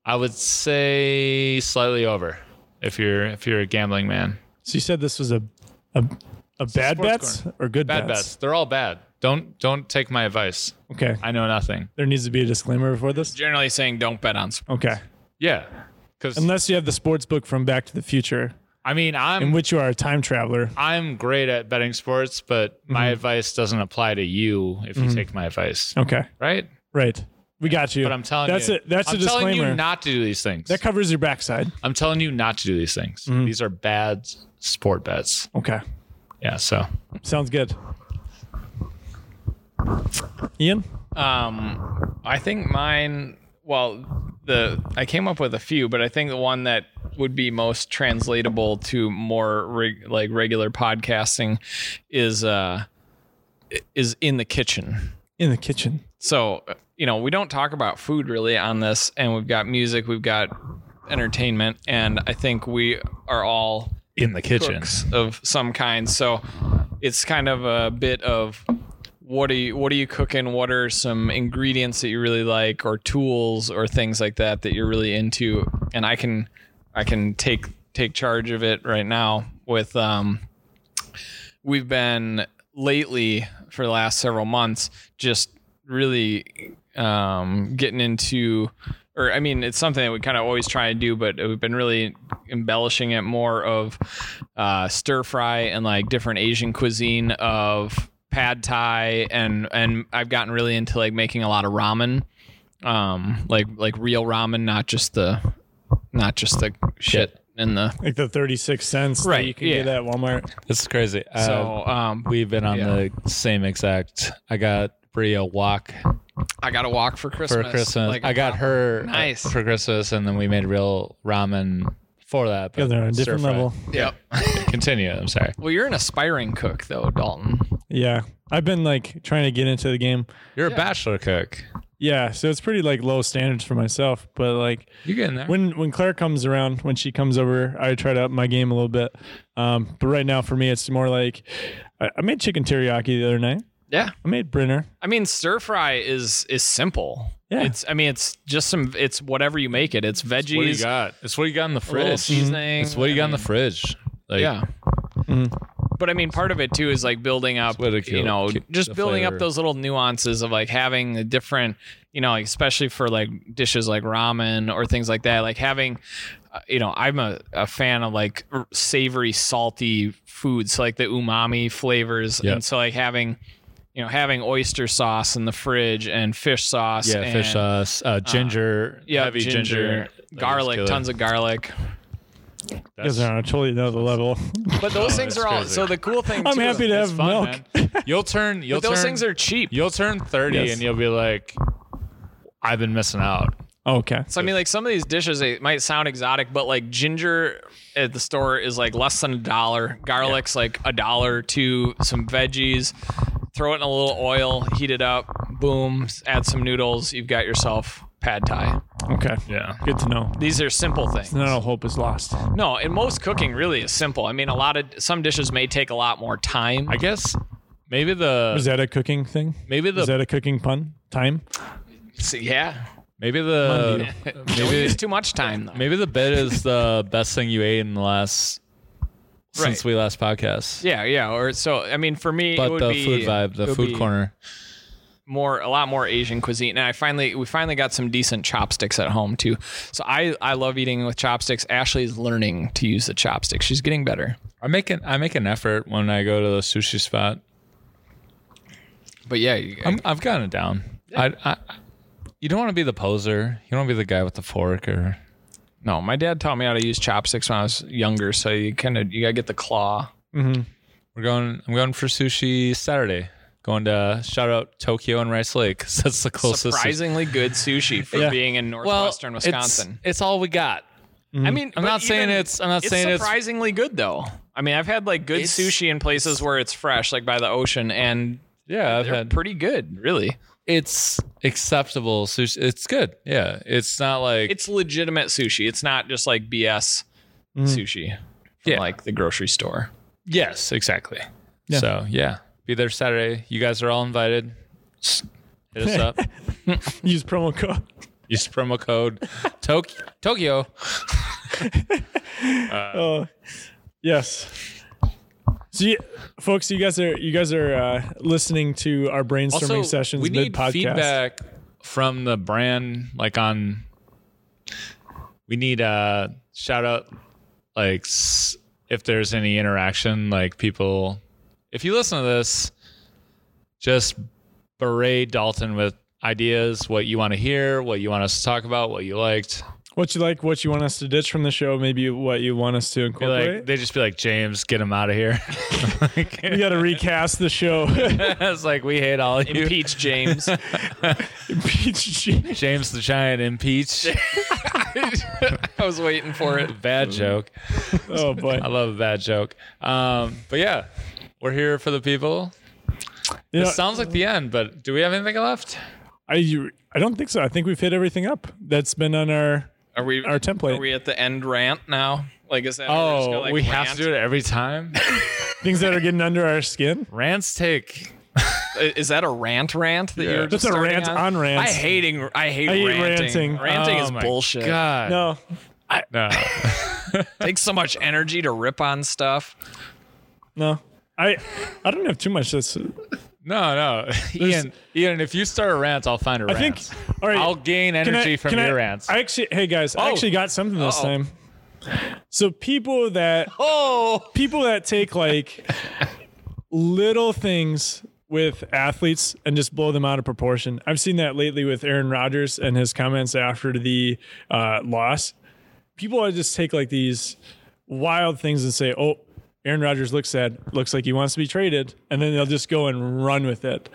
Speaker 3: I would say slightly over if you're if you're a gambling man.
Speaker 4: So you said this was a a, a bad
Speaker 3: sports
Speaker 4: bets
Speaker 3: corner.
Speaker 4: or good
Speaker 3: Bad bets.
Speaker 4: bets?
Speaker 3: They're all bad. Don't don't take my advice.
Speaker 4: Okay.
Speaker 3: I know nothing.
Speaker 4: There needs to be a disclaimer before this.
Speaker 2: Generally saying don't bet on sports.
Speaker 4: Okay.
Speaker 3: Yeah. Cuz
Speaker 4: Unless you have the sports book from Back to the Future,
Speaker 3: I mean,
Speaker 4: in
Speaker 3: I'm
Speaker 4: which you are a time traveler.
Speaker 3: I'm great at betting sports, but
Speaker 4: Mm-hmm.
Speaker 3: my advice doesn't apply to you if you take my advice,
Speaker 4: Okay.
Speaker 3: right?
Speaker 4: Right. We got you.
Speaker 3: But I'm telling
Speaker 4: that's
Speaker 3: you,
Speaker 4: it. That's
Speaker 3: I'm
Speaker 4: a
Speaker 3: telling
Speaker 4: disclaimer.
Speaker 3: you not to do these things.
Speaker 4: that Mm-hmm. covers your backside.
Speaker 3: I'm telling you not to do these things. These are bad sport bets.
Speaker 4: Okay.
Speaker 3: Yeah. So
Speaker 4: Sounds good. Ian?
Speaker 2: Um, I think mine. Well, the I came up with a few, but I think the one that would be most translatable to more reg, like regular podcasting is uh is in the kitchen.
Speaker 4: In the kitchen.
Speaker 2: So you know we don't talk about food really on this, and we've got music, we've got entertainment, and I think we are all
Speaker 3: in the kitchen.
Speaker 2: cooks of some kind. So it's kind of a bit of what are you what are you cooking? What are some ingredients that you really like, or tools, or things like that that you're really into? And I can I can take take charge of it right now with um we've been lately for the last several months just really um, getting into or i mean it's something that we kind of always try and do but we've been really embellishing it more of uh, stir fry and like different asian cuisine of pad thai and and i've gotten really into like making a lot of ramen um like like real ramen not just the not just the shit in the
Speaker 4: Like the 36 cents that
Speaker 2: Right,
Speaker 4: you can
Speaker 2: yeah.
Speaker 4: get at Walmart.
Speaker 3: This is crazy. Uh,
Speaker 2: so um
Speaker 3: we've been on
Speaker 2: yeah.
Speaker 3: the same exact. I got Bria wok
Speaker 2: i got a walk for
Speaker 3: for
Speaker 2: christmas
Speaker 3: Christmas.
Speaker 2: Like,
Speaker 3: I got her uh,
Speaker 2: Nice.
Speaker 3: for Christmas, and then we made real ramen for that.
Speaker 4: Yeah,
Speaker 3: but
Speaker 4: they're on a different
Speaker 3: stir-fried.
Speaker 4: level.
Speaker 2: yep
Speaker 3: Continue. I'm sorry.
Speaker 2: Well, you're an aspiring cook, though, Dalton.
Speaker 4: Yeah. I've been like trying to get into the game.
Speaker 3: You're a bachelor cook.
Speaker 4: Yeah. So it's pretty like low standards for myself. But like
Speaker 3: You get in there.
Speaker 4: when when Claire comes around, when she comes over, I try to up my game a little bit. Um, but right now for me, it's more like I, I made chicken teriyaki the other night.
Speaker 2: Yeah.
Speaker 4: I made Brinner.
Speaker 2: I mean, stir fry is is simple.
Speaker 4: Yeah.
Speaker 2: It's I mean, it's just some. It's whatever you make it. It's
Speaker 3: what do you
Speaker 2: veggies,
Speaker 3: got? It's what you got in the
Speaker 2: a little
Speaker 3: fridge.
Speaker 2: seasoning.
Speaker 3: It's what you got in the fridge. Like, mm-hmm.
Speaker 2: yeah. But I mean, part of it too is like building up,
Speaker 3: what it
Speaker 2: you
Speaker 3: kill-
Speaker 2: know,
Speaker 3: ki-
Speaker 2: just
Speaker 3: the
Speaker 2: building up
Speaker 3: flavor.
Speaker 2: those little nuances of like having the different, you know, like especially for like dishes like ramen or things like that, like having, uh, you know, I'm a, a fan of like r- savory, salty foods, so like the umami flavors.
Speaker 3: Yeah.
Speaker 2: And so, like, having, you know, having oyster sauce in the fridge and fish sauce.
Speaker 3: Yeah, fish
Speaker 2: and-
Speaker 3: sauce, uh, ginger,
Speaker 2: Yeah,
Speaker 3: heavy
Speaker 2: ginger,
Speaker 3: ginger,
Speaker 2: garlic, tons of garlic.
Speaker 4: You guys are on a totally another level.
Speaker 2: But those things
Speaker 3: Oh, that's
Speaker 2: are all.
Speaker 3: crazy.
Speaker 2: So the cool thing.
Speaker 4: I'm
Speaker 2: too-
Speaker 4: happy to have milk.
Speaker 3: you'll turn. You'll
Speaker 2: But those
Speaker 3: turn,
Speaker 2: things are cheap.
Speaker 3: You'll turn thirty
Speaker 4: Yes.
Speaker 3: and you'll be like, I've been missing out.
Speaker 4: Okay.
Speaker 2: So I mean, like some of these dishes, they might sound exotic, but like ginger at the store is like less than a dollar. Garlic's like a dollar to some veggies. Throw it in a little oil, heat it up, boom, add some noodles. You've got yourself pad thai.
Speaker 4: Okay.
Speaker 3: Yeah.
Speaker 4: Good to know.
Speaker 2: These are simple things.
Speaker 4: Not all hope is lost.
Speaker 2: No, and most cooking really is simple. I mean, a lot of some dishes may take a lot more time.
Speaker 3: I guess maybe
Speaker 4: Is
Speaker 3: the
Speaker 4: that a cooking thing?
Speaker 3: maybe
Speaker 4: Is
Speaker 3: the
Speaker 4: that a cooking pun? Time?
Speaker 2: So, yeah,
Speaker 3: maybe the
Speaker 2: don't
Speaker 3: maybe
Speaker 2: use too much time though.
Speaker 3: maybe the bit is the best thing you ate in the last since
Speaker 2: Right.
Speaker 3: we last podcast.
Speaker 2: Yeah, yeah. Or so I mean, for me, it
Speaker 3: But
Speaker 2: would
Speaker 3: the
Speaker 2: be
Speaker 3: food vibe,
Speaker 2: it
Speaker 3: the
Speaker 2: would
Speaker 3: food
Speaker 2: be-
Speaker 3: corner.
Speaker 2: more a lot more Asian cuisine. And I finally we finally got some decent chopsticks at home too. So I I love eating with chopsticks. Ashley's learning to use the chopsticks. She's getting better.
Speaker 3: I make an I make an effort when I go to the sushi spot.
Speaker 2: But yeah, you-
Speaker 3: I'm, I've gotten it down. I, I, you don't want to be the poser. You don't want to be the guy with the fork or.
Speaker 2: no, my dad taught me how to use chopsticks when I was younger. So you kind of you gotta get the claw.
Speaker 3: We're going. I'm going for sushi Saturday. Going to shout out Tokyo and Rice Lake. 'cause That's the closest.
Speaker 2: Surprisingly good sushi for being in northwestern Wisconsin.
Speaker 3: It's, it's all we got.
Speaker 2: I mean,
Speaker 3: Mm-hmm. I'm
Speaker 2: but
Speaker 3: not saying
Speaker 2: even-
Speaker 3: it's. I'm not
Speaker 2: It's
Speaker 3: saying it's.
Speaker 2: surprisingly good though. I mean, I've had like good
Speaker 3: It's-
Speaker 2: sushi in places where it's fresh, like by the ocean, and
Speaker 3: Yeah, I've
Speaker 2: they're
Speaker 3: had.
Speaker 2: pretty good, really.
Speaker 3: it's acceptable sushi. It's good. Yeah, it's not like.
Speaker 2: It's legitimate sushi. It's not just like BS sushi. from
Speaker 3: Yeah.
Speaker 2: like the grocery store.
Speaker 3: Yes, exactly.
Speaker 4: Yeah.
Speaker 3: So yeah, be there Saturday. You guys are all invited. S- Hit us up.
Speaker 4: Use promo code.
Speaker 3: Use promo code Tokyo. Tokyo.
Speaker 4: Oh, yes. So, you, folks, you guys are you guys are uh, listening to our brainstorming
Speaker 3: Also,
Speaker 4: sessions
Speaker 3: we
Speaker 4: mid
Speaker 3: need
Speaker 4: podcast.
Speaker 3: feedback from the brand. Like on, we need a shout out. Like s- if there's any interaction, like people, if you listen to this, just berate Dalton with ideas, what you want to hear, what you want us to talk about, what you liked.
Speaker 4: What you like, what you want us to ditch from the show, maybe what you want us
Speaker 3: Be
Speaker 4: to
Speaker 3: like,
Speaker 4: incorporate.
Speaker 3: they just be like, James, get him out of here. like,
Speaker 4: we got to recast the show.
Speaker 3: it's like we hate all of you.
Speaker 2: Impeach James.
Speaker 4: Peach Jam.
Speaker 3: James the Giant impeach.
Speaker 2: I was waiting for it.
Speaker 3: bad joke.
Speaker 4: Oh boy!
Speaker 3: I love a bad joke. Um, but yeah, we're here for the people.
Speaker 4: You know,
Speaker 3: It sounds like the end, but do we have anything left?
Speaker 4: I you- I don't think so. I think we've hit everything up that's been on our.
Speaker 2: Are we
Speaker 4: Our template.
Speaker 2: Are we at the end rant now? Like is that? we're just
Speaker 3: Oh,
Speaker 2: gonna, like,
Speaker 3: we have to
Speaker 2: rant?
Speaker 3: do it every time.
Speaker 4: Things that are getting under our skin.
Speaker 3: Rants take.
Speaker 2: I- Is that a rant rant that you're?
Speaker 4: That's
Speaker 2: Just
Speaker 4: a
Speaker 2: starting
Speaker 4: rant
Speaker 2: on?
Speaker 4: on rants.
Speaker 2: I hating. I hate
Speaker 4: I hate ranting.
Speaker 2: ranting. Ranting
Speaker 3: Oh
Speaker 2: is
Speaker 3: my
Speaker 2: bullshit.
Speaker 3: God.
Speaker 4: No,
Speaker 3: No.
Speaker 2: Takes so much energy to rip on stuff.
Speaker 4: no. I I don't have too much. That's
Speaker 3: No, no. Ian, Ian, if you start a rant, I'll find a
Speaker 4: I
Speaker 3: rant.
Speaker 4: think. All right.
Speaker 3: I'll gain
Speaker 4: Can I-
Speaker 3: energy from
Speaker 4: can I-
Speaker 3: your Oh. rants.
Speaker 4: I actually, hey guys, I actually got something this
Speaker 2: Uh-oh.
Speaker 4: time. So people that
Speaker 3: oh,
Speaker 4: people that take like little things with athletes and just blow them out of proportion. I've seen that lately with Aaron Rodgers and his comments after the uh, loss. People that just take like these wild things and say, "Oh, Aaron Rodgers looks sad. Looks like he wants to be traded," and then they'll just go and run with it.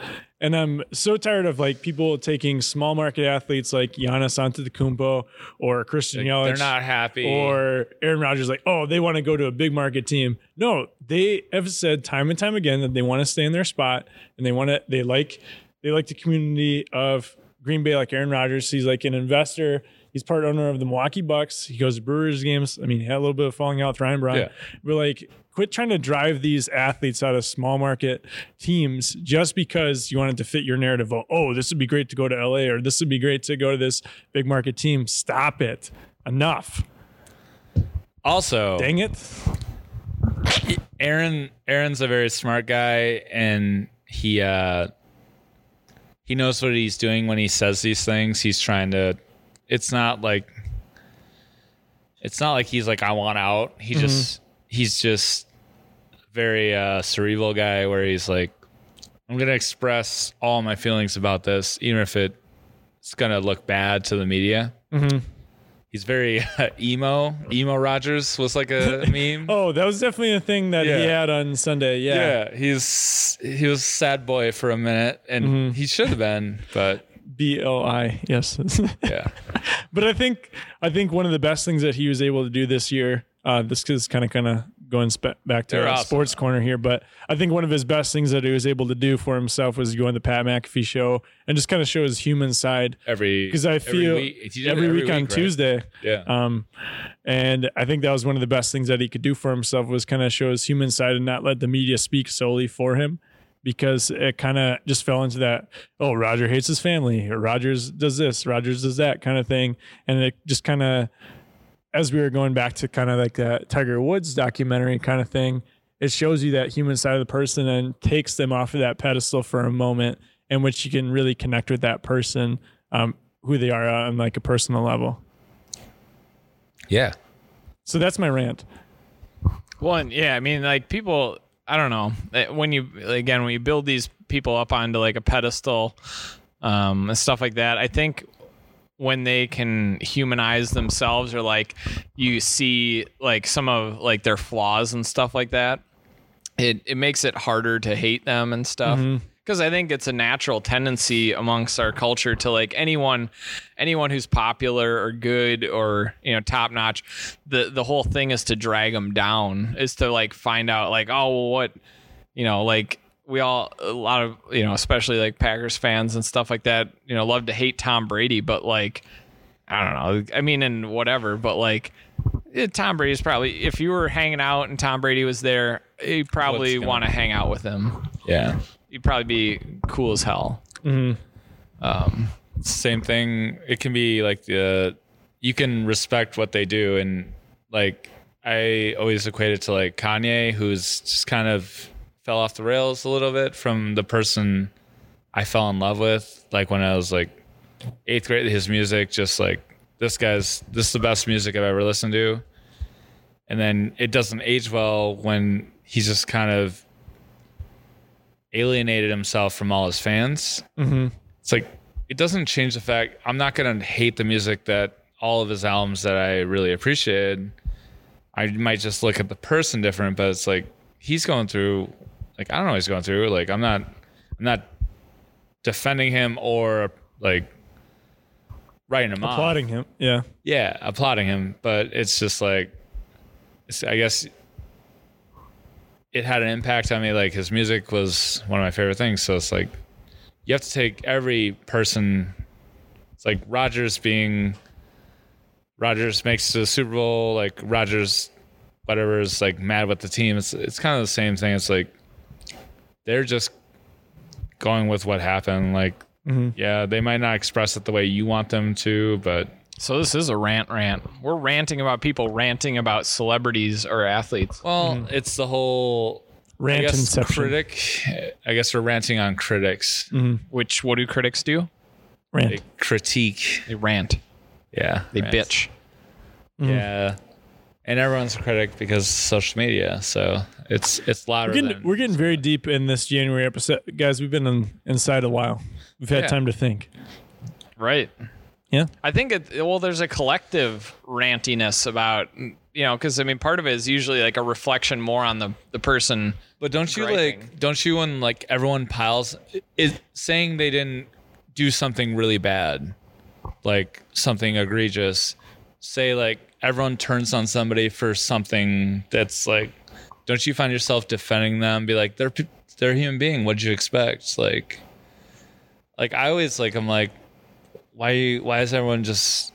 Speaker 4: And I'm so tired of like people taking small market athletes like Giannis Antetokounmpo or Christian Yelich
Speaker 3: they're not happy.
Speaker 4: or Aaron Rodgers, like, oh, they want to go to a big market team. No, they have said time and time again that they want to stay in their spot and they want to, they like, they like the community of Green Bay, like Aaron Rodgers. He's like an investor. He's part owner of the Milwaukee Bucks. He goes to Brewers games. I mean, he had a little bit of falling out with Ryan Braun.
Speaker 3: Yeah.
Speaker 4: But like, quit trying to drive these athletes out of small market teams just because you want it to fit your narrative. Of, oh, this would be great to go to LA or this would be great to go to this big market team. Stop it. Enough.
Speaker 3: also,
Speaker 4: Dang it.
Speaker 3: Aaron Aaron's a very smart guy and he uh he knows what he's doing when he says these things. He's trying to it's not like it's not like he's like I want out. He just he's just very uh cerebral guy where he's like I'm going to express all my feelings about this even if it it's going to look bad to the media. He's very emo. Emo Rogers was like a meme.
Speaker 4: Oh, that was definitely a thing that he
Speaker 3: Yeah.
Speaker 4: had on Sunday. Yeah.
Speaker 3: Yeah, he's he was sad boy for a minute, and
Speaker 4: Mm-hmm.
Speaker 3: he should have been, but
Speaker 4: B O I. Yes.
Speaker 3: yeah,
Speaker 4: but I think I think one of the best things that he was able to do this year. Uh, this is kind of kind of going sp- back to
Speaker 3: They're
Speaker 4: our
Speaker 3: awesome.
Speaker 4: sports corner here, but I think one of his best things that he was able to do for himself was go on the Pat McAfee show and just kind of show his human side.
Speaker 3: every
Speaker 4: Because I feel
Speaker 3: every week, If you did it
Speaker 4: every week on
Speaker 3: right?
Speaker 4: Tuesday,
Speaker 3: Yeah,
Speaker 4: Um, and I think that was one of the best things that he could do for himself was kind of show his human side and not let the media speak solely for him because it kind of just fell into that oh Roger hates his family or Rogers does this Rogers does that kind of thing and it just kind of as we were going back to kind of like that Tiger Woods documentary kind of thing it shows you that human side of the person and takes them off of that pedestal for a moment in which you can really connect with that person um, who they are on like a personal level
Speaker 3: yeah.
Speaker 4: so that's my rant.
Speaker 2: One, yeah, I mean, like people, I don't know. Eh, When you again, when you build these people up onto like a pedestal um, and stuff like that, I think when they can humanize themselves or like you see like some of like their flaws and stuff like that, it it makes it harder to hate them and stuff. Because I think it's a natural tendency amongst our culture to like anyone, anyone who's popular or good or you know top notch, the the whole thing is to drag them down, is to like find out like oh well what, you know like we all a lot of you know especially like Packers fans and stuff like that you know love to hate Tom Brady, but like I don't know. I mean, and whatever, but like eh, Tom Brady's probably if you were hanging out and Tom Brady was there, you probably
Speaker 3: gonna-
Speaker 2: want to hang out with him.
Speaker 3: Yeah.
Speaker 2: You'd probably be cool as hell.
Speaker 3: same thing. It can be like the you can respect what they do, and like I always equate it to like Kanye, who's just kind of fell off the rails a little bit from the person I fell in love with, like when I was like eighth grade. His music, just like this guy's, this is the best music I've ever listened to, and then it doesn't age well when he's just kind of alienated himself from all his fans it's like it doesn't change the fact I'm not gonna hate the music that all of his albums that I really appreciated. I might just look at the person different, but it's like he's going through like I don't know what he's going through. Like I'm not I'm not defending him or like writing him off.
Speaker 4: applauding him. Yeah.
Speaker 3: Yeah, applauding him, but it's just like, it's, I guess it had an impact on me. Like his music was one of my favorite things. So it's like, you have to take every person. It's like Rogers being, Rogers makes the Super Bowl. Like Rogers, whatever is like mad with the team. It's it's kind of the same thing. It's like they're just going with what happened. Like, yeah, they might not express it the way you want them to, but
Speaker 2: So this is a rant rant. We're ranting about people ranting about celebrities or athletes.
Speaker 3: Well, it's the whole I
Speaker 4: Mm-hmm. Rant
Speaker 3: guess
Speaker 4: inception. Mm-hmm.
Speaker 3: critic. I guess we're ranting on critics.
Speaker 2: Which what do critics do?
Speaker 4: Rant.
Speaker 3: They critique.
Speaker 2: They rant.
Speaker 3: Yeah,
Speaker 2: They
Speaker 3: rant.
Speaker 2: bitch.
Speaker 4: Mm-hmm.
Speaker 3: Yeah, and everyone's a critic because social media. So it's it's louder.
Speaker 4: We're getting,
Speaker 3: than,
Speaker 4: we're getting
Speaker 3: uh,
Speaker 4: very deep in this January episode, guys. We've been in, inside a while. We've had
Speaker 3: Yeah.
Speaker 4: time to think.
Speaker 2: Right.
Speaker 4: Yeah.
Speaker 2: I think it well there's a collective rantiness about you know cuz I mean part of it is usually like a reflection more on the the person
Speaker 3: But don't you
Speaker 2: griping.
Speaker 3: like? Don't you when like everyone piles is saying they didn't do something really bad, like something egregious. Say like everyone turns on somebody for something that's like. Don't you find yourself defending them? Be like, they're pe- they're a human being. What'd you expect? Like, like I always like I'm like, why why is everyone just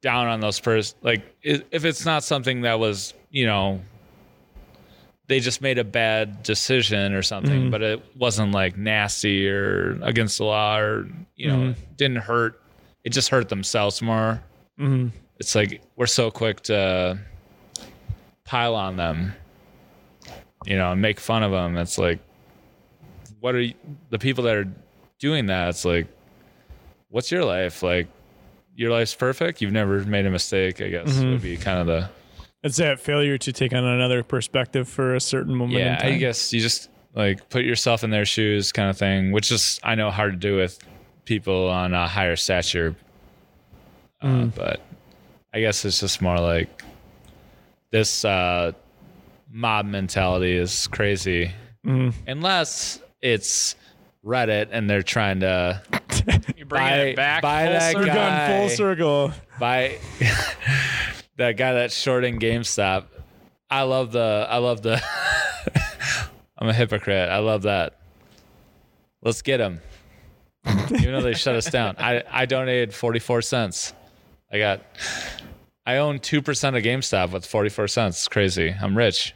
Speaker 3: down on those person? Like i- if it's not something that was you know they just made a bad decision or something, but it wasn't like nasty or against the law or you know, it didn't hurt. It just hurt themselves more. It's like we're so quick to pile on them, you know, and make fun of them. It's like, what are you, the people that are doing that? It's like, what's your life like? Your life's perfect. You've never made a mistake. I guess would be kind of the
Speaker 4: It's that failure to take on another perspective for a certain moment in
Speaker 3: yeah
Speaker 4: time.
Speaker 3: i guess you just like put yourself in their shoes kind of thing which is i know hard to do with people on a higher stature uh, but i guess it's just more like this uh mob mentality is crazy unless it's reddit and they're trying to
Speaker 2: you bringing
Speaker 3: Buy-
Speaker 2: it back
Speaker 3: buy
Speaker 2: full
Speaker 3: that
Speaker 2: circle?
Speaker 4: We're going
Speaker 3: guy.
Speaker 4: full circle.
Speaker 3: buy that guy that's shorting GameStop. I love the I love the I'm a hypocrite. I love that. Let's get him. Even though they shut us down. I, I donated 44 cents. I got I own 2% of GameStop with 44 cents. It's crazy. I'm rich.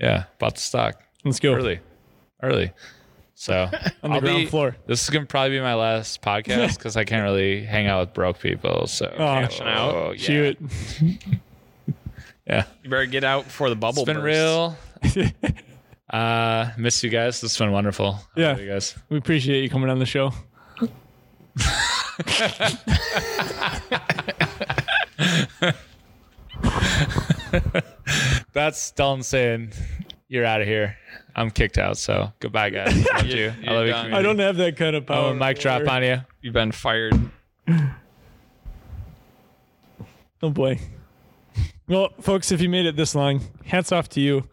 Speaker 3: Yeah, bought the stock
Speaker 4: Let's go.
Speaker 3: early. Early. So
Speaker 4: On the
Speaker 3: I'll
Speaker 4: ground
Speaker 3: be-
Speaker 4: floor.
Speaker 3: This is gonna probably be my last podcast because I can't really hang out with broke people. So
Speaker 4: Cashing
Speaker 2: out.
Speaker 3: Oh, yeah.
Speaker 4: Shoot.
Speaker 3: Yeah.
Speaker 2: You better get out before the bubble
Speaker 3: It's been
Speaker 2: bursts.
Speaker 3: real. uh miss you guys. This has been wonderful. I
Speaker 4: Yeah.
Speaker 3: love You guys.
Speaker 4: We appreciate you coming on the show.
Speaker 3: That's Dalton saying you're out of here. I'm kicked out, so goodbye guys. Love you. I
Speaker 2: you're
Speaker 3: love you.
Speaker 2: done.
Speaker 3: community.
Speaker 4: I don't have that kind of
Speaker 3: I'm
Speaker 4: power.
Speaker 3: a mic drop on you.
Speaker 2: You've been fired.
Speaker 4: Oh boy. Well, folks, if you made it this long, hats off to you.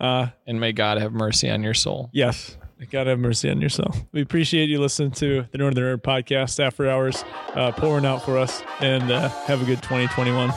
Speaker 2: and may God have mercy on your soul.
Speaker 4: Yes. God have mercy on yourself. We appreciate you listening to the Northern Herb podcast after hours, uh, pouring out for us, and uh, have a good 2021.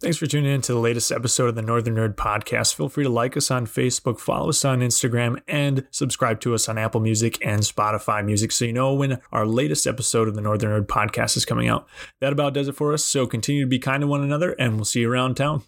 Speaker 1: Thanks for tuning in to the latest episode of the Northern Nerd Podcast. Feel free to like us on Facebook, follow us on Instagram, and subscribe to us on Apple Music and Spotify Music so you know when our latest episode of the Northern Nerd Podcast is coming out. That about does it for us, so continue to be kind to one another, and we'll see you around town.